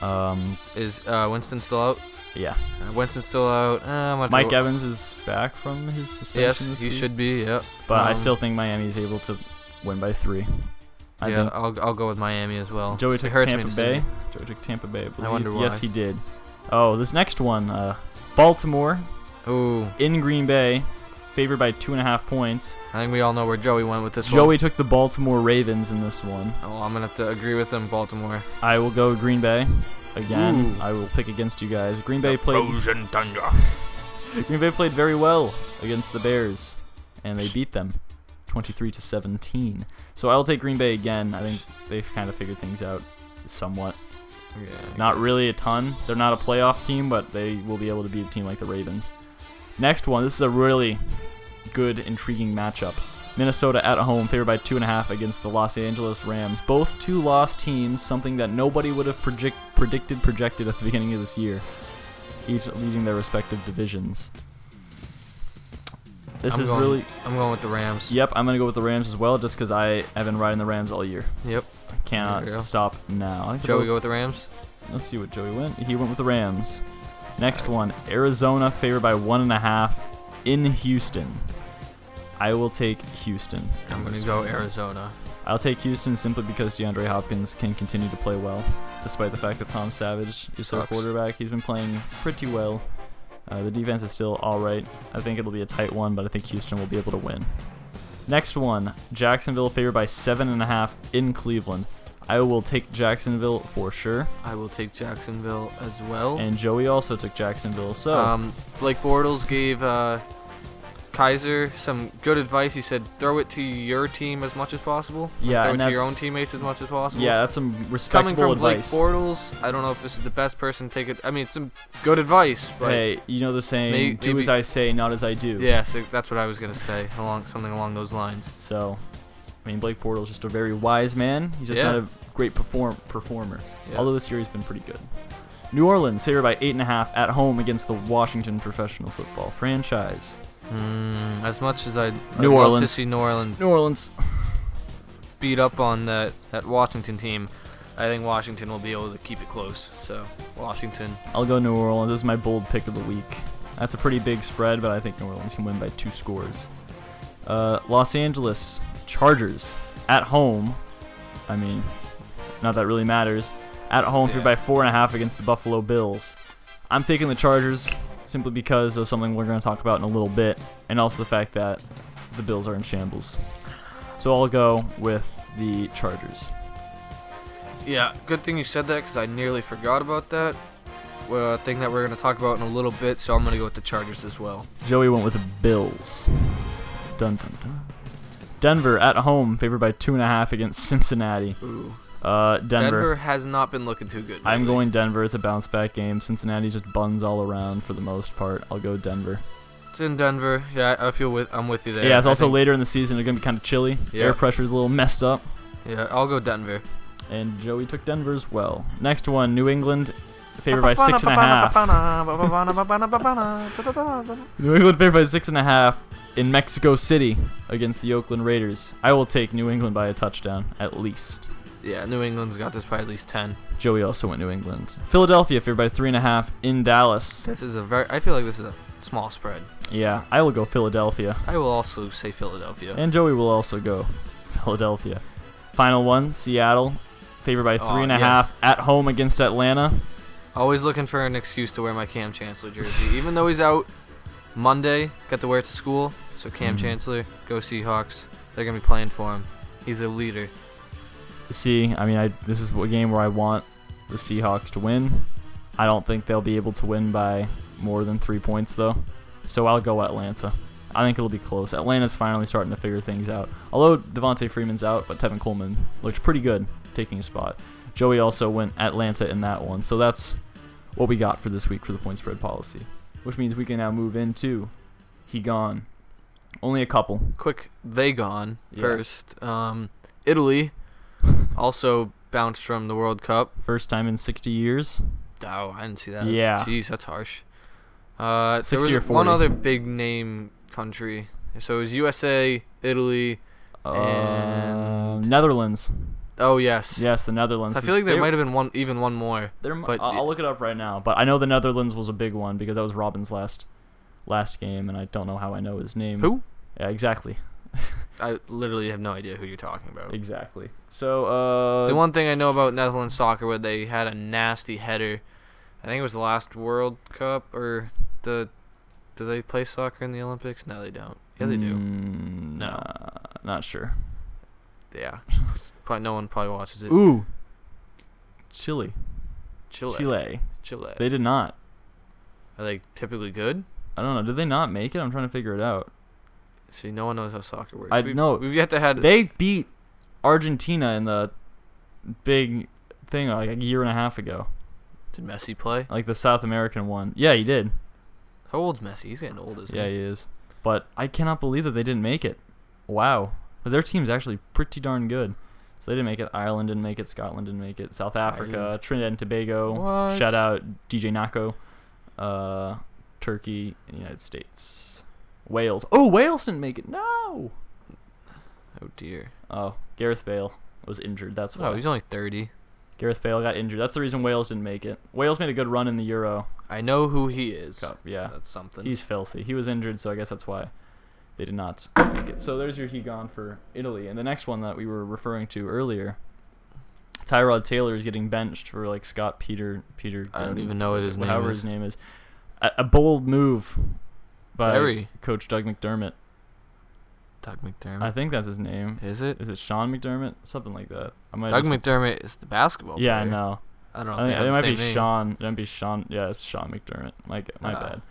S2: Um,
S1: Is uh, Winston still out?
S2: yeah.
S1: Uh, Winston's still out. Uh, I'm gonna
S2: Mike
S1: go-
S2: Evans is back from his suspension.
S1: Yes,
S2: this
S1: he
S2: week,
S1: should be. Yep.
S2: But I
S1: um,
S2: still think Miami is able to win by three. I
S1: yeah,
S2: think
S1: I'll, I'll go with Miami as well.
S2: Joey
S1: It
S2: took
S1: hurts me
S2: Tampa
S1: to
S2: Bay.
S1: say.
S2: Joey took Tampa Bay. I, believe.
S1: wonder
S2: Yes,
S1: why.
S2: he did. Oh, this next one, uh, Baltimore
S1: Ooh,
S2: in Green Bay, favored by two and a half points.
S1: I think we all know where Joey went with this
S2: Joey
S1: one.
S2: took the Baltimore Ravens in this one.
S1: Oh, I'm gonna have to agree with him, Baltimore.
S2: I will go Green Bay again.
S1: Ooh.
S2: I will pick against you guys. Green Bay played. Green Bay played very well against the Bears, and they beat them, 23 to 17. So I'll take Green Bay again. I think they've kind of figured things out somewhat.
S1: Yeah, I
S2: Not
S1: guess.
S2: really a ton. They're not a playoff team, but they will be able to beat a team like the Ravens. Next one. This is a really good, intriguing matchup. Minnesota at home, favored by two and a half against the Los Angeles Rams. Both two lost teams, something that nobody would have project- predicted projected at the beginning of this year. Each leading their respective divisions. This
S1: I'm
S2: is
S1: going-
S2: really.
S1: I'm going with the Rams.
S2: Yep, I'm gonna go with the Rams as well, just because I have been riding the Rams all year.
S1: Yep. There
S2: I
S1: we go.
S2: cannot stop now. I think they're
S1: Joey,
S2: both-
S1: go with the Rams.
S2: Let's see what Joey went. He went with the Rams. Next one, Arizona favored by one and a half in Houston. I will take Houston.
S1: I'm gonna go Arizona.
S2: I'll take Houston simply because DeAndre Hopkins can continue to play well, despite the fact that Tom Savage is their
S1: Sucks.
S2: quarterback. He's been playing pretty well. Uh, the defense is still all right. I think it'll be a tight one, but I think Houston will be able to win. Next one, Jacksonville favored by seven and a half in Cleveland. I will take Jacksonville for sure.
S1: I will take Jacksonville as well.
S2: And Joey also took Jacksonville. So
S1: Um, Blake Bortles gave uh, Kaiser some good advice. He said, "Throw it to your team as much as possible. Like,
S2: Yeah,
S1: throw
S2: and
S1: it to your own
S2: that's-
S1: teammates as much as possible."
S2: yeah, that's some respectable
S1: coming from
S2: advice.
S1: Blake Bortles, I don't know if this is the best person to take it. I mean, it's some good advice, but
S2: hey, you know the saying:
S1: May-
S2: "Do as
S1: maybe-
S2: I say, not as I do."
S1: yeah, so that's what I was gonna say. Along something along those lines.
S2: So, I mean, Blake Bortles is just a very wise man. He's just
S1: Yeah.
S2: not a great perform performer.
S1: Yeah.
S2: Although this year he's been pretty good. New Orleans here by eight and a half at home against the Washington Professional Football Franchise.
S1: Mm, as much as I'd, I'd
S2: New
S1: love to
S2: Orleans.
S1: see New Orleans
S2: New Orleans.
S1: beat up on that that Washington team, I think Washington will be able to keep it close. So Washington,
S2: I'll go New Orleans. This is my bold pick of the week. That's a pretty big spread, but I think New Orleans can win by two scores. Uh, Los Angeles Chargers at home. I mean, not that really matters. At home,
S1: Yeah.
S2: for by four and a half against the Buffalo Bills. I'm taking the Chargers simply because of something we're going to talk about in a little bit, and also the fact that the Bills are in shambles. So I'll go with the Chargers.
S1: yeah, good thing you said that because I nearly forgot about that. uh, thing that we're going to talk about in a little bit, so I'm going to go with the Chargers as well.
S2: Joey went with the Bills. Dun dun dun. Denver at home, favored by two and a half against Cincinnati.
S1: Ooh.
S2: Uh,
S1: Denver,
S2: Denver.
S1: has not been looking too good.
S2: I'm
S1: lately.
S2: going Denver. It's a bounce back game. Cincinnati just buns all around for the most part. I'll go Denver.
S1: It's in Denver. Yeah, I I feel with I'm with you there.
S2: Yeah, it's
S1: I
S2: also
S1: think-
S2: later in the season. They're going to be kind of chilly.
S1: Yeah.
S2: Air pressure's a little messed up.
S1: Yeah, I'll go Denver.
S2: And Joey took Denver as well. Next one, New England, favored by six and a half. New England favored by six and a half in Mexico City against the Oakland Raiders. I will take New England by a touchdown, at least.
S1: yeah, New England's got this by at least ten.
S2: Joey also went New England. Philadelphia favored by three and a half in Dallas.
S1: This is a very. I feel like this is a small spread.
S2: Yeah, I will go Philadelphia.
S1: I will also say Philadelphia.
S2: And Joey will also go Philadelphia. Final one, Seattle favored by
S1: Aw,
S2: three and a
S1: yes.
S2: half at home against Atlanta.
S1: Always looking for an excuse to wear my Cam Chancellor jersey, even though he's out Monday. Got to wear it to school. So Cam
S2: Mm.
S1: Chancellor, go Seahawks. They're gonna be playing for him. He's a leader.
S2: see. I mean, I this is a game where I want the Seahawks to win. I don't think they'll be able to win by more than three points though, so I'll go Atlanta. I think it'll be close. Atlanta's finally starting to figure things out. Although Devontae Freeman's out, but Tevin Coleman looked pretty good taking a spot. Joey also went Atlanta in that one, so that's what we got for this week for the point spread policy, which means we can now move into he gone. Only a couple.
S1: Quick, they gone
S2: Yeah.
S1: first. Um, Italy also bounced from the World Cup.
S2: First time in 60 years.
S1: Oh, I didn't see that.
S2: Yeah.
S1: Jeez, that's harsh. Uh, there
S2: 60
S1: was
S2: or
S1: one
S2: 40.
S1: other big name country. So it was USA, Italy.
S2: Uh,
S1: And-
S2: Netherlands.
S1: Oh yes.
S2: Yes, the Netherlands.
S1: I feel like there
S2: They-
S1: might have been one, even one more.
S2: There, mi-
S1: but
S2: I'll, I'll look it up right now. But I know the Netherlands was a big one because that was Robin's last last game, and I don't know how I know his name.
S1: Who?
S2: Yeah, exactly.
S1: I literally have no idea who you're talking about.
S2: Exactly. So, uh,
S1: The one thing I know about Netherlands soccer where they had a nasty header. I think it was the last World Cup or the do they play soccer in the Olympics? No, they don't. Yeah, they do.
S2: mm,
S1: No.
S2: uh, not sure.
S1: Yeah. Probably no one probably watches it.
S2: Ooh, Chile.
S1: Chile. Chile.
S2: Chile. They did not.
S1: Are they typically good?
S2: I don't know. Did they not make it? I'm trying to figure it out.
S1: See, no one knows how soccer works.
S2: I
S1: we've,
S2: know.
S1: We've yet to had
S2: They beat Argentina in the big thing like a year and a half ago,
S1: Did Messi play?
S2: like the South American one. Yeah, he did.
S1: How old's Messi? He's getting old, isn't
S2: yeah,
S1: he?
S2: he is. But I cannot believe that they didn't make it. Wow. Because their team's actually pretty darn good. So they didn't make it. Ireland didn't make it. Scotland didn't make it. South Africa,
S1: Ireland.
S2: Trinidad and Tobago.
S1: What?
S2: Shout out DJ Nako. Uh, Turkey and the United States. Wales. Oh, Wales didn't make it. No.
S1: Oh dear.
S2: Oh, Gareth Bale was injured. That's why.
S1: Oh, he's only thirty.
S2: Gareth Bale got injured. That's the reason Wales didn't make it. Wales made a good run in the Euro
S1: I know who he is.
S2: Cup. Yeah.
S1: That's something.
S2: He's filthy. He was injured, so I guess that's why they did not make it. So there's your he gone for Italy. And the next one that we were referring to earlier, Tyrod Taylor is getting benched for like Scott Peter Peter.
S1: I don't even know what his name
S2: however
S1: is.
S2: his name is. A, a bold move by
S1: Very.
S2: Coach Doug McDermott.
S1: Doug McDermott.
S2: I think that's his name.
S1: is it?
S2: Is it Sean McDermott? Something like that. I might.
S1: Doug
S2: just-
S1: McDermott is the basketball
S2: Yeah, I
S1: player.
S2: know.
S1: I don't know.
S2: I
S1: if
S2: think
S1: they have
S2: it
S1: the
S2: might
S1: same
S2: be
S1: name.
S2: Sean. It might be Sean. Yeah, it's Sean McDermott. My g- my
S1: Ah.
S2: bad.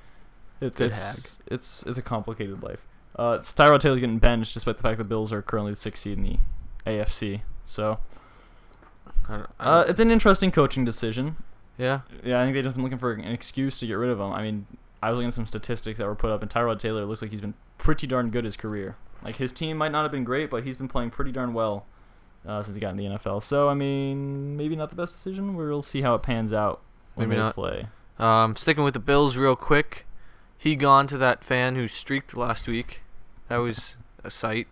S2: It,
S1: Good
S2: it's it's it's a complicated life. Uh, it's Tyrod Taylor's getting benched despite the fact the Bills are currently the sixth seed in the AFC. So
S1: I don't- I
S2: uh,
S1: don't-
S2: it's an interesting coaching decision.
S1: yeah.
S2: Yeah, I think they've just been looking for an excuse to get rid of him. I mean, I was looking at some statistics that were put up, and Tyrod Taylor looks like he's been pretty darn good his career. Like his team might not have been great, but he's been playing pretty darn well uh, since he got in the NFL. So I mean, maybe not the best decision. We'll see how it pans out when
S1: Maybe
S2: they
S1: not.
S2: play.
S1: Um, sticking with the Bills real quick. He gone to that fan who streaked last week. That was a sight.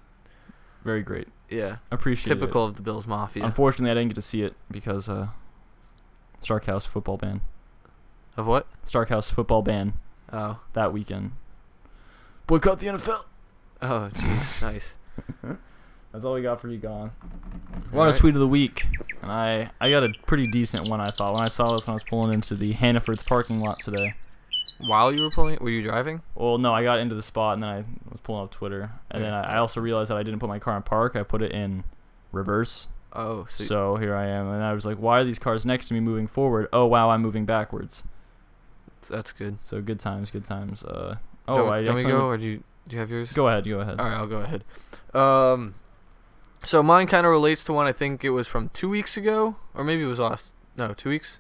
S2: Very great.
S1: Yeah.
S2: Appreciate it.
S1: Typical of the Bills Mafia.
S2: Unfortunately, I didn't get to see it because uh, Stark House football ban.
S1: of what?
S2: Stark House football ban
S1: Oh.
S2: that weekend. Boycott the NFL.
S1: Oh, jeez, nice.
S2: That's all we got for you, Gone. We're on a
S1: Alright.
S2: tweet of the week, and I I got a pretty decent one. I thought when I saw this when I was pulling into the Hannaford's parking lot today.
S1: While you were pulling, were you driving?
S2: Well, no, I got into the spot and then I was pulling up Twitter, and then I, I also realized that I didn't put my car in park. I put it in reverse.
S1: Oh, so,
S2: So here I am, and I was like, "Why are these cars next to me moving forward? Oh wow, I'm moving backwards."
S1: That's that's good.
S2: So good times, good times. Uh,
S1: Do
S2: oh,
S1: you want-
S2: I
S1: do you want me to
S2: accidentally-
S1: go or do you do you have yours?
S2: Go ahead, go ahead.
S1: All right, I'll go ahead. Um, so mine kind of relates to one I think it was from two weeks ago, or maybe it was last. No, two weeks.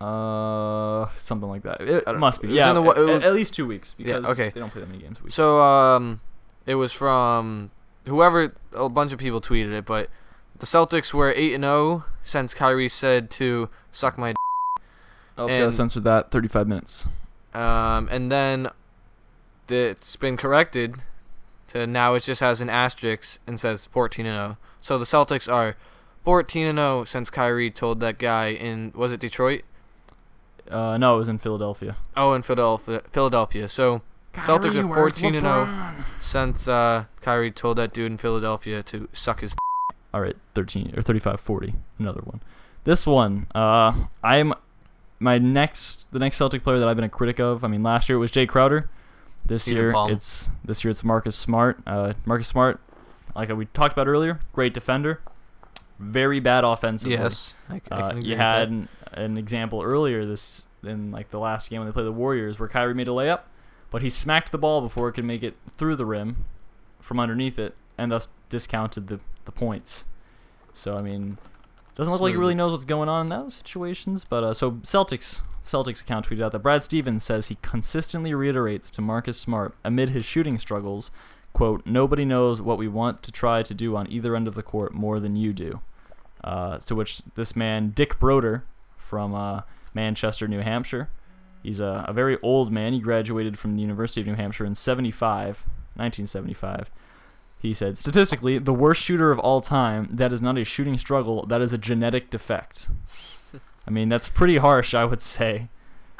S2: Uh, something like that. It
S1: I don't
S2: must
S1: know.
S2: be.
S1: It was
S2: Yeah,
S1: in the wa-
S2: at,
S1: it was-
S2: at least two weeks because
S1: okay.
S2: they don't play that many games a week.
S1: So um, it was from whoever. A bunch of people tweeted it, but the Celtics were eight and zero since Kyrie said to suck my. D-.
S2: oh,
S1: and-
S2: gotta censor that. Thirty-five minutes.
S1: Um, and then it's been corrected to now it just has an asterisk and says fourteen and zero. So the Celtics are fourteen and zero since Kyrie told that guy in was it Detroit?
S2: Uh, no, it was in Philadelphia.
S1: Oh, in Philadelphia. Philadelphia. So Celtics are 14 and oh. 0. since uh, Kyrie told that dude in Philadelphia to suck his,
S2: All right, 13 or 35 40. Another one. This one, uh, I'm my next the next Celtic player that I've been a critic of. I mean, last year it was Jay Crowder. This
S1: He's a
S2: year
S1: bum.
S2: it's this year it's Marcus Smart. Uh, Marcus Smart, like we talked about earlier, great defender, very bad offensively.
S1: yes. I, c- I
S2: Uh,
S1: can agree
S2: you
S1: with that.
S2: had an, an example earlier this in like the last game when they played the Warriors where Kyrie made a layup, but he smacked the ball before it could make it through the rim from underneath it and thus discounted the, the points. So I mean, doesn't look like he really
S1: Smooth.
S2: knows what's going on in those situations, but uh, so Celtics Celtics account tweeted out that Brad Stevens says he consistently reiterates to Marcus Smart amid his shooting struggles, quote, "Nobody knows what we want to try to do on either end of the court more than you do." uh, to which this man Dick Broder from uh, Manchester, New Hampshire. He's a, a very old man. He graduated from the University of New Hampshire in 75, 1975. He said, statistically, the worst shooter of all time, that is not a shooting struggle, that is a genetic defect. I mean, that's pretty harsh, I would say.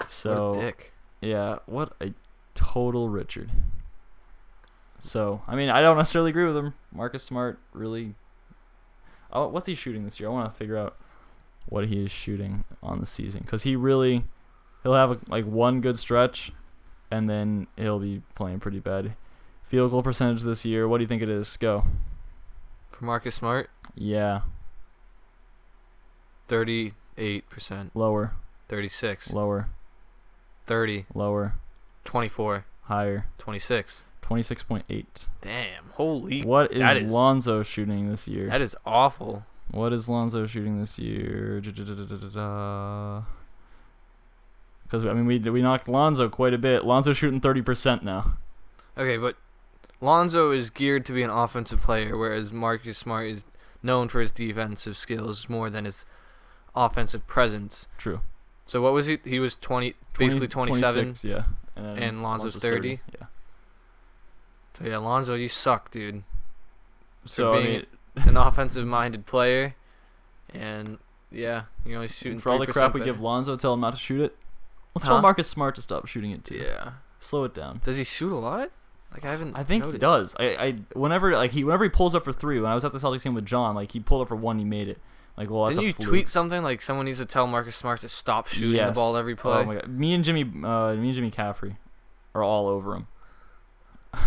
S2: So,
S1: what a dick.
S2: yeah, what a total Richard. So, I mean, I don't necessarily agree with him. Marcus Smart really. Oh, what's he shooting this year? I want to figure out what he is shooting on the season because he really, he'll have like one good stretch, and then he'll be playing pretty bad. Field goal percentage this year. What do you think it is? Go.
S1: For Marcus Smart,
S2: Yeah,
S1: thirty-eight percent,
S2: lower,
S1: thirty-six,
S2: lower,
S1: thirty,
S2: lower,
S1: twenty-four,
S2: higher.
S1: twenty-six.
S2: Twenty-six point eight.
S1: Damn, holy,
S2: What is,
S1: that is-
S2: Lonzo shooting this year?
S1: that is awful.
S2: What is Lonzo shooting this year? Because I mean, we we knocked Lonzo quite a bit. Lonzo shooting thirty percent now.
S1: Okay, but Lonzo is geared to be an offensive player, whereas Marcus Smart is known for his defensive skills more than his offensive presence.
S2: True.
S1: So what was he? He was twenty,
S2: 20
S1: basically twenty-seven.
S2: 26, yeah. then
S1: and Lonzo's 30.
S2: Yeah.
S1: So yeah, Lonzo, you suck, dude.
S2: So I
S1: being
S2: mean,
S1: An offensive-minded player, and yeah, you only shooting
S2: for all the crap
S1: 3%
S2: we give
S1: better.
S2: Lonzo, tell him not to shoot it. Let's tell
S1: Huh?
S2: Marcus Smart to stop shooting it too.
S1: Yeah.
S2: Slow it down.
S1: Does he shoot a lot? Like I haven't.
S2: I think he
S1: noticed.
S2: does. I, I whenever like he whenever he pulls up for three. When I was at the Celtics game with John, like he pulled up for one, he made it. Like well, that's
S1: Didn't
S2: a
S1: you
S2: fluke.
S1: tweet something like someone needs to tell Marcus Smart to stop shooting the
S2: Yes.
S1: ball every play?
S2: Oh my god. Me and Jimmy uh, me and Jimmy Caffrey are all over him.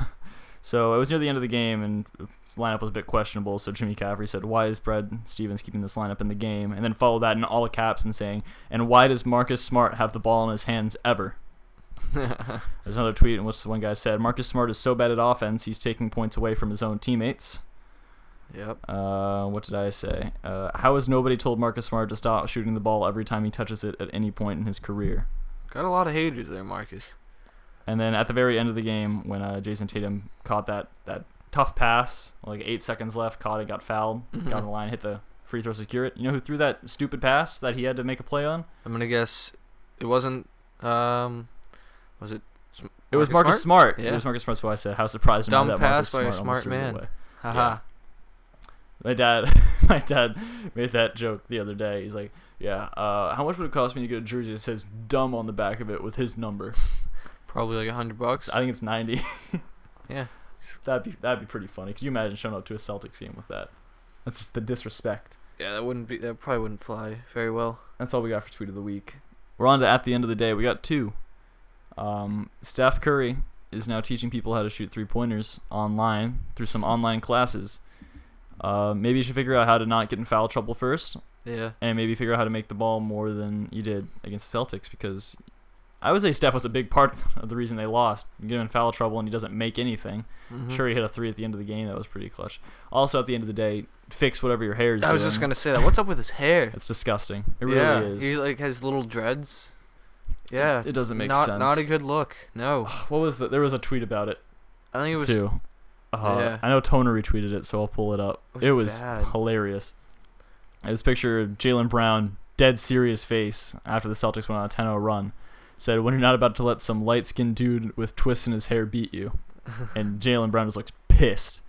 S2: so it was near the end of the game and his lineup was a bit questionable, so Jimmy Caffrey said, Why is Brad Stevens keeping this lineup in the game? And then followed that in all caps and saying, And why does Marcus Smart have the ball in his hands ever? There's another tweet in which one guy said, Marcus Smart is so bad at offense, he's taking points away from his own teammates.
S1: Yep.
S2: Uh, what did I say? Uh, how has nobody told Marcus Smart to stop shooting the ball every time he touches it at any point in his career?
S1: Got a lot of haters there, Marcus.
S2: And then at the very end of the game, when uh, Jason Tatum caught that, that tough pass, like eight seconds left, caught it, got fouled,
S1: Mm-hmm.
S2: got on the line, hit the free throw, secure it. You know who threw that stupid pass that he had to make a play on?
S1: I'm gonna guess it wasn't. Um, was it? Sm-
S2: It was Marcus Smart. It
S1: Yeah.
S2: was Marcus Smart. So I said, how surprised am I
S1: Dumb
S2: that
S1: pass by a
S2: Marcus Smart
S1: smart
S2: almost threw it
S1: man.
S2: away.
S1: Haha.
S2: My dad, my dad made that joke the other day. He's like, "Yeah, uh, how much would it cost me to get a jersey that says dumb on the back of it with his number?"
S1: Probably like a hundred bucks.
S2: I think it's ninety.
S1: Yeah.
S2: that'd be that'd be pretty funny. Could you imagine showing up to a Celtics game with that? That's just the disrespect.
S1: yeah, that wouldn't be. That probably wouldn't fly very well.
S2: That's all we got for tweet of the week. We're on to at the end of the day. We got two. Um, Steph Curry is now teaching people how to shoot three pointers online through some online classes. Uh, maybe you should figure out how to not get in foul trouble first,
S1: Yeah.
S2: and maybe figure out how to make the ball more than you did against the Celtics because I would say Steph was a big part of the reason they lost. You get him in foul trouble and he doesn't make anything.
S1: Mm-hmm.
S2: Sure, he hit a three at the end of the game. That was pretty clutch. Also, at the end of the day, fix whatever your hair is
S1: I was
S2: doing.
S1: just gonna say that. What's up with his hair?
S2: It's disgusting. It really
S1: yeah,
S2: is.
S1: he like has little dreads. Yeah,
S2: It
S1: it's
S2: doesn't make
S1: not,
S2: sense.
S1: Not a good look. No,
S2: what was the, There was a tweet about it,
S1: I think it was.
S2: too. Uh,
S1: yeah.
S2: I know Toner retweeted it, so I'll pull it up.
S1: It was
S2: It was,
S1: bad.
S2: hilarious. It was a picture of Jalen Brown, dead serious face, after the Celtics went on a 10 0 run. Said, When you're not about to let some light skinned dude with twists in his hair beat you. and Jalen Brown just looks pissed.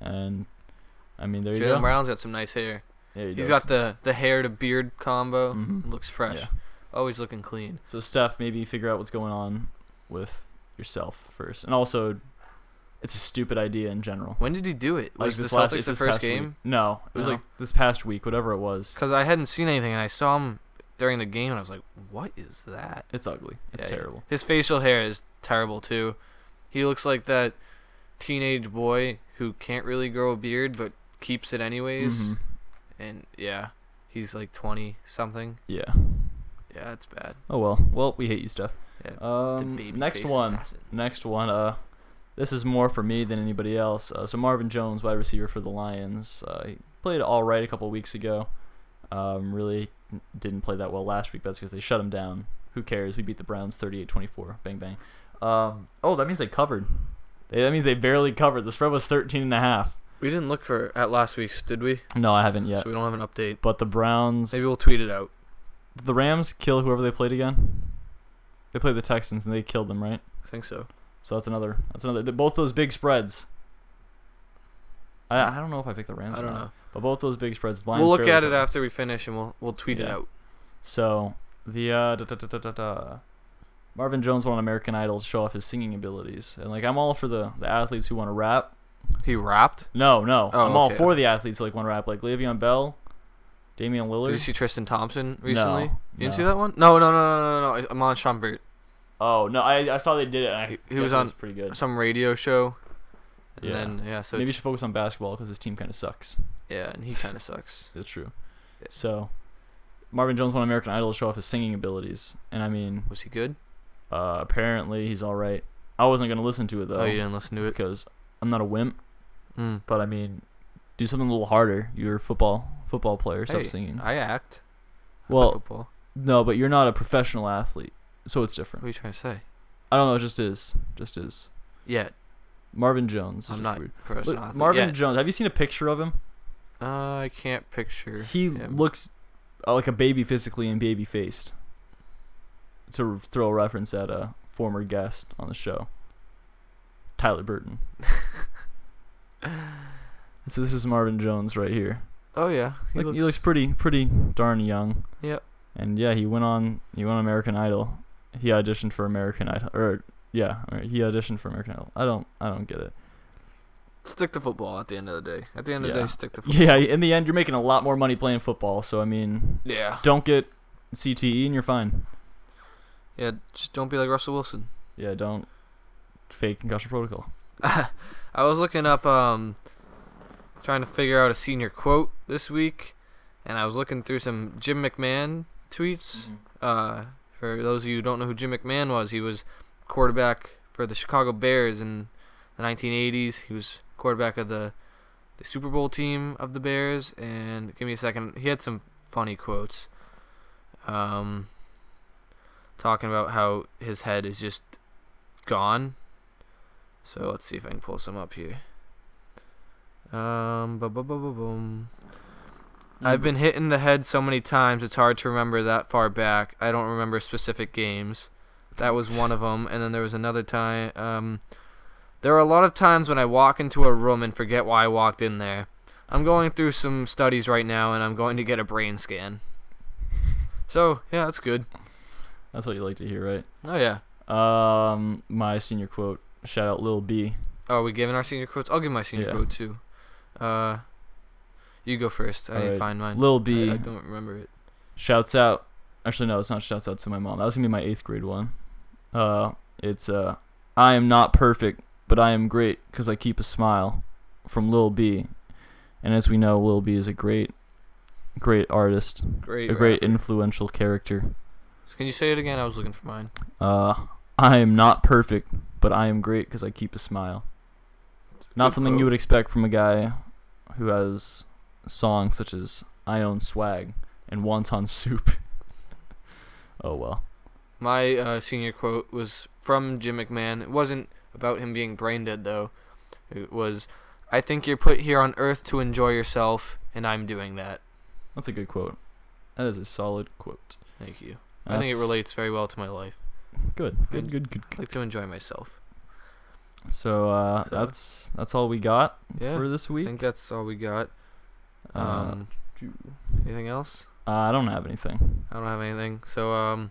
S2: And, I mean, there you
S1: Jalen
S2: go.
S1: Brown's got some nice hair.
S2: Yeah, he
S1: He's
S2: does.
S1: got the the hair to beard combo.
S2: Mhm.
S1: Looks fresh.
S2: Yeah.
S1: Always looking clean.
S2: So Steph, maybe figure out what's going on with yourself first, and also, it's a stupid idea in general.
S1: When did he do it?
S2: Like
S1: Was
S2: this
S1: the
S2: last,
S1: Celtics
S2: it's
S1: the
S2: this
S1: first
S2: past week.
S1: game?
S2: No, it was
S1: No.
S2: like this past week, whatever it was.
S1: Because I hadn't seen anything, and I saw him during the game, and I was like, "What is that?"
S2: It's ugly. It's
S1: Yeah,
S2: terrible.
S1: His facial hair is terrible too. He looks like that teenage boy who can't really grow a beard but keeps it anyways.
S2: Mhm.
S1: And yeah, he's like twenty something.
S2: Yeah.
S1: Yeah, it's bad.
S2: Oh well. Well, we hate you, Steph.
S1: Yeah,
S2: Um, next
S1: babyface
S2: one.
S1: assassin.
S2: Next one. Uh, this is more for me than anybody else. Uh, so Marvin Jones, wide receiver for the Lions, uh, he played all right a couple weeks ago. Um, really didn't play that well last week. but That's because they shut him down. Who cares? We beat the Browns 38-24. Bang bang. Um, oh, that means they covered. They, that means they barely covered. The spread was 13 and a half.
S1: We didn't look for at last week's, did we?
S2: No, I haven't yet.
S1: So we don't have an update.
S2: But the Browns,
S1: Maybe we'll tweet it out.
S2: did the Rams kill whoever they played again. They played the Texans and they killed them, right?
S1: I think so.
S2: So that's another. That's another. th- Both those big spreads. I, I don't know if I picked the Rams.
S1: I
S2: or
S1: don't
S2: not,
S1: know.
S2: But both those big spreads. Lions
S1: We'll look
S2: barely
S1: at it
S2: covered.
S1: after we finish, and we'll we'll tweet it
S2: Yeah.
S1: out.
S2: So the uh, da, da, da, da, da, da. Marvin Jones won on American Idol to show off his singing abilities, and like I'm all for the the athletes who want to rap.
S1: He rapped.
S2: No, no,
S1: Oh,
S2: I'm all
S1: okay.
S2: for the athletes who like want to rap, like Le'Veon Bell, Damian Lillard.
S1: Did you see Tristan Thompson recently?
S2: No,
S1: you didn't
S2: no.
S1: see that one? No, no, no, no, no, no. no. I'm on Schumbert.
S2: Oh no, I, I saw they did it. And I
S1: He- he
S2: guess
S1: was
S2: it
S1: on-
S2: was pretty good.
S1: some radio show. And
S2: Yeah.
S1: then yeah, so
S2: Maybe you
S1: it's,
S2: should focus on basketball because his team kind of sucks.
S1: yeah, and he kind of sucks.
S2: It's true.
S1: Yeah.
S2: So, Marvin Jones won American Idol to show off his singing abilities, and I mean,
S1: Was he good?
S2: uh, apparently he's all right. I wasn't gonna listen to it though
S1: oh, you didn't listen to it.
S2: because I'm not a wimp,
S1: Mm.
S2: but I mean, do something a little harder. You're a football football player. Stop
S1: Hey,
S2: singing.
S1: I act. I play
S2: Mm. Well-
S1: football.
S2: no, but you're not a professional athlete, so
S1: What are
S2: it's different.
S1: you trying to say?
S2: I don't know. It just is. Just is.
S1: Yet
S2: Marvin Jones. Is
S1: I'm
S2: just
S1: not
S2: weird.
S1: professional
S2: Look,
S1: athlete.
S2: Marvin
S1: Yet.
S2: Jones. Have you seen a picture of him?
S1: Uh, I can't picture.
S2: He
S1: him.
S2: looks uh, like a baby physically and baby faced. To throw a reference at a former guest on the show, Tyler Burton. so this is Marvin Jones right here.
S1: Oh yeah, he
S2: Like,
S1: looks.
S2: he looks pretty, pretty darn young.
S1: Yep.
S2: And yeah, he went on. He went on American Idol. He auditioned for American Idol, or yeah, or he auditioned for American Idol. I don't, I don't get it.
S1: stick to football at the end of the day. At the end of the
S2: Yeah.
S1: day, stick to football.
S2: Yeah, in the end, you're making a lot more money playing football. So I mean,
S1: Yeah.
S2: don't get CTE and you're fine.
S1: Yeah. Just don't be like Russell Wilson.
S2: Yeah, don't fake concussion protocol.
S1: I was looking up, um, trying to figure out a senior quote this week, and I was looking through some Jim McMahon tweets. Uh, for those of you who don't know who Jim McMahon was, he was quarterback for the Chicago Bears in the 1980s. He was quarterback of the the Super Bowl team of the Bears. And give me a second. He had some funny quotes. Um, talking about how his head is just gone. So let's see if I can pull some up here. Um, ba ba ba ba boom. I've been hit in the head so many times, it's hard to remember that far back. I don't remember specific games. That was one of them. And then there was another time. Um, there are a lot of times when I walk into a room and forget why I walked in there. I'm going through some studies right now, and I'm going to get a brain scan. So, yeah, that's good.
S2: That's what you like to hear, right?
S1: Oh, yeah.
S2: Um, my senior quote. Shout out Lil B.
S1: Oh, are we giving our senior quotes? I'll give my senior
S2: Yeah.
S1: quote, too. Uh, you go first. I need to
S2: Alright.
S1: find mine.
S2: Lil
S1: I,
S2: B
S1: I don't remember it.
S2: shouts out. Actually, no, it's not shouts out to my mom. That was gonna be my eighth grade one. Uh, it's uh, I am not perfect, but I am great because I keep a smile, from Lil B. And as we know, Lil B is a great, great artist,
S1: Great.
S2: a great influential character.
S1: Can you say it again? I was looking for mine.
S2: Uh, I am not perfect, but I am great because I keep a smile. Not something you would expect from a guy who has songs such as "I Own Swag" and "Wonton Soup." oh well.
S1: My uh, senior quote was from Jim McMahon. It wasn't about him being brain dead though. It was, "I think you're put here on Earth to enjoy yourself, and I'm doing that."
S2: That's a good quote. That is a solid quote.
S1: Thank you. I think it
S2: That's
S1: relates very well to my life.
S2: Good. Good. Good. Good.
S1: I like to enjoy myself.
S2: good. So, uh,
S1: So-
S2: that's that's all we got
S1: Yeah.
S2: for this
S1: I
S2: week.
S1: think that's all we got.
S2: Uh,
S1: Um, anything else?
S2: Uh, I don't have anything.
S1: I don't have anything. So um,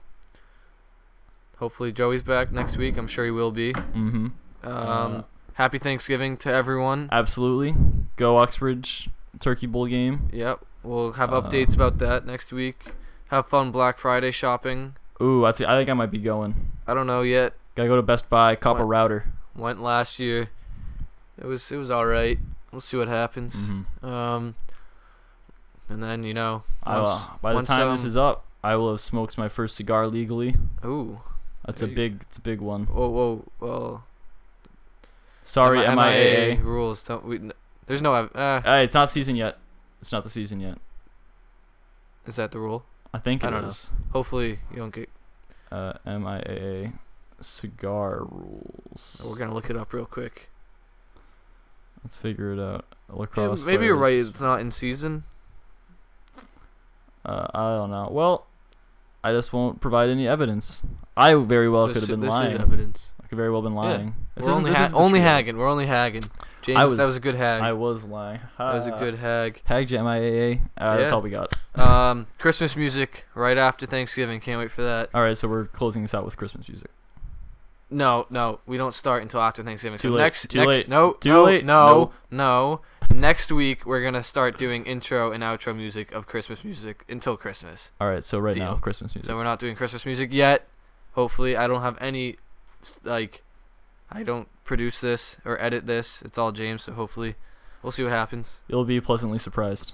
S1: hopefully Joey's back next week. I'm sure he will be.
S2: Mm-hmm.
S1: Um, happy Thanksgiving to everyone.
S2: absolutely. Go Oxbridge Turkey Bowl game.
S1: Yep, we'll have
S2: Uh,
S1: updates about that next week. Have fun Black Friday shopping.
S2: Ooh, I, see, I think I might be going.
S1: I don't know yet.
S2: Gotta go to Best Buy, cop a
S1: What?
S2: router.
S1: Went last year. It was it was all right. We'll see what happens.
S2: Mm-hmm.
S1: Um, and then you know,
S2: I,
S1: Once-
S2: by the
S1: once,
S2: time this
S1: um,
S2: is up, I will have smoked my first cigar legally.
S1: ooh,
S2: That's
S1: there
S2: a
S1: you-
S2: big, it's a big one.
S1: whoa, whoa, well.
S2: Sorry,
S1: M-
S2: MIAA.
S1: rules. Don't we? n- There's no. ev- Uh,
S2: Uh, it's not season yet. It's not the season yet.
S1: is that the rule?
S2: I think
S1: I
S2: it
S1: don't know.
S2: is.
S1: Hopefully you don't get
S2: Uh, MIAA cigar rules.
S1: We're gonna look it up real quick.
S2: Let's figure it out.
S1: Yeah,
S2: Lacrosse.
S1: maybe you're right.
S2: players.
S1: It's not in season.
S2: Uh, I don't know. Well, I just won't provide any evidence. I very well
S1: this
S2: could have Oh, been
S1: this
S2: lying.
S1: is evidence.
S2: I could very well have been
S1: Yeah.
S2: lying. This
S1: We're
S2: isn't-
S1: only,
S2: this
S1: ha-
S2: isn't the
S1: only
S2: screens.
S1: hagging. We're only hagging. James,
S2: was-
S1: that was a good hag.
S2: I uh, was lying.
S1: that was a good hag.
S2: Hag MIAA. Uh, That's
S1: Yeah.
S2: all we got.
S1: Um, Christmas music right after Thanksgiving. Can't wait for that.
S2: All right, so we're closing this out with Christmas music.
S1: No, no, we don't start until after Thanksgiving.
S2: Too
S1: so
S2: late,
S1: next,
S2: too
S1: next,
S2: late,
S1: no,
S2: too
S1: no,
S2: late,
S1: no, no. next week we're gonna start doing intro and outro music of Christmas music until Christmas.
S2: All right, so right now
S1: Deal.
S2: Christmas music.
S1: So we're not doing Christmas music yet. Hopefully, I don't have any s- like I don't produce this or edit this. It's all James. So hopefully, we'll see what happens.
S2: You'll be pleasantly surprised.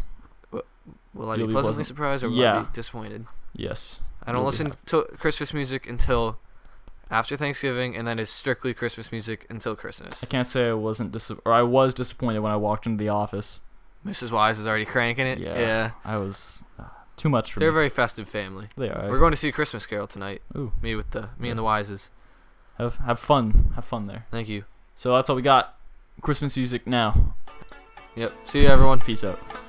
S1: Will I
S2: You'll
S1: be
S2: be
S1: pleasantly
S2: pleasant-
S1: surprised or will I
S2: Yeah.
S1: be disappointed?
S2: Yes.
S1: I don't
S2: You'll be
S1: listen to Christmas music until after Thanksgiving, and then it's strictly Christmas music until Christmas.
S2: I can't say I wasn't dis- or I was disappointed when I walked into the office.
S1: Mrs. Wise is already cranking it. Yeah,
S2: Yeah. I was uh, too much for
S1: they're a
S2: me.
S1: very festive family.
S2: they are.
S1: We're going to see Christmas Carol tonight.
S2: Ooh.
S1: Me with the me and
S2: Yeah.
S1: the Wises.
S2: have have fun. Have fun there.
S1: Thank you.
S2: So that's all we got. Christmas music now.
S1: Yep. See you, everyone.
S2: Peace out.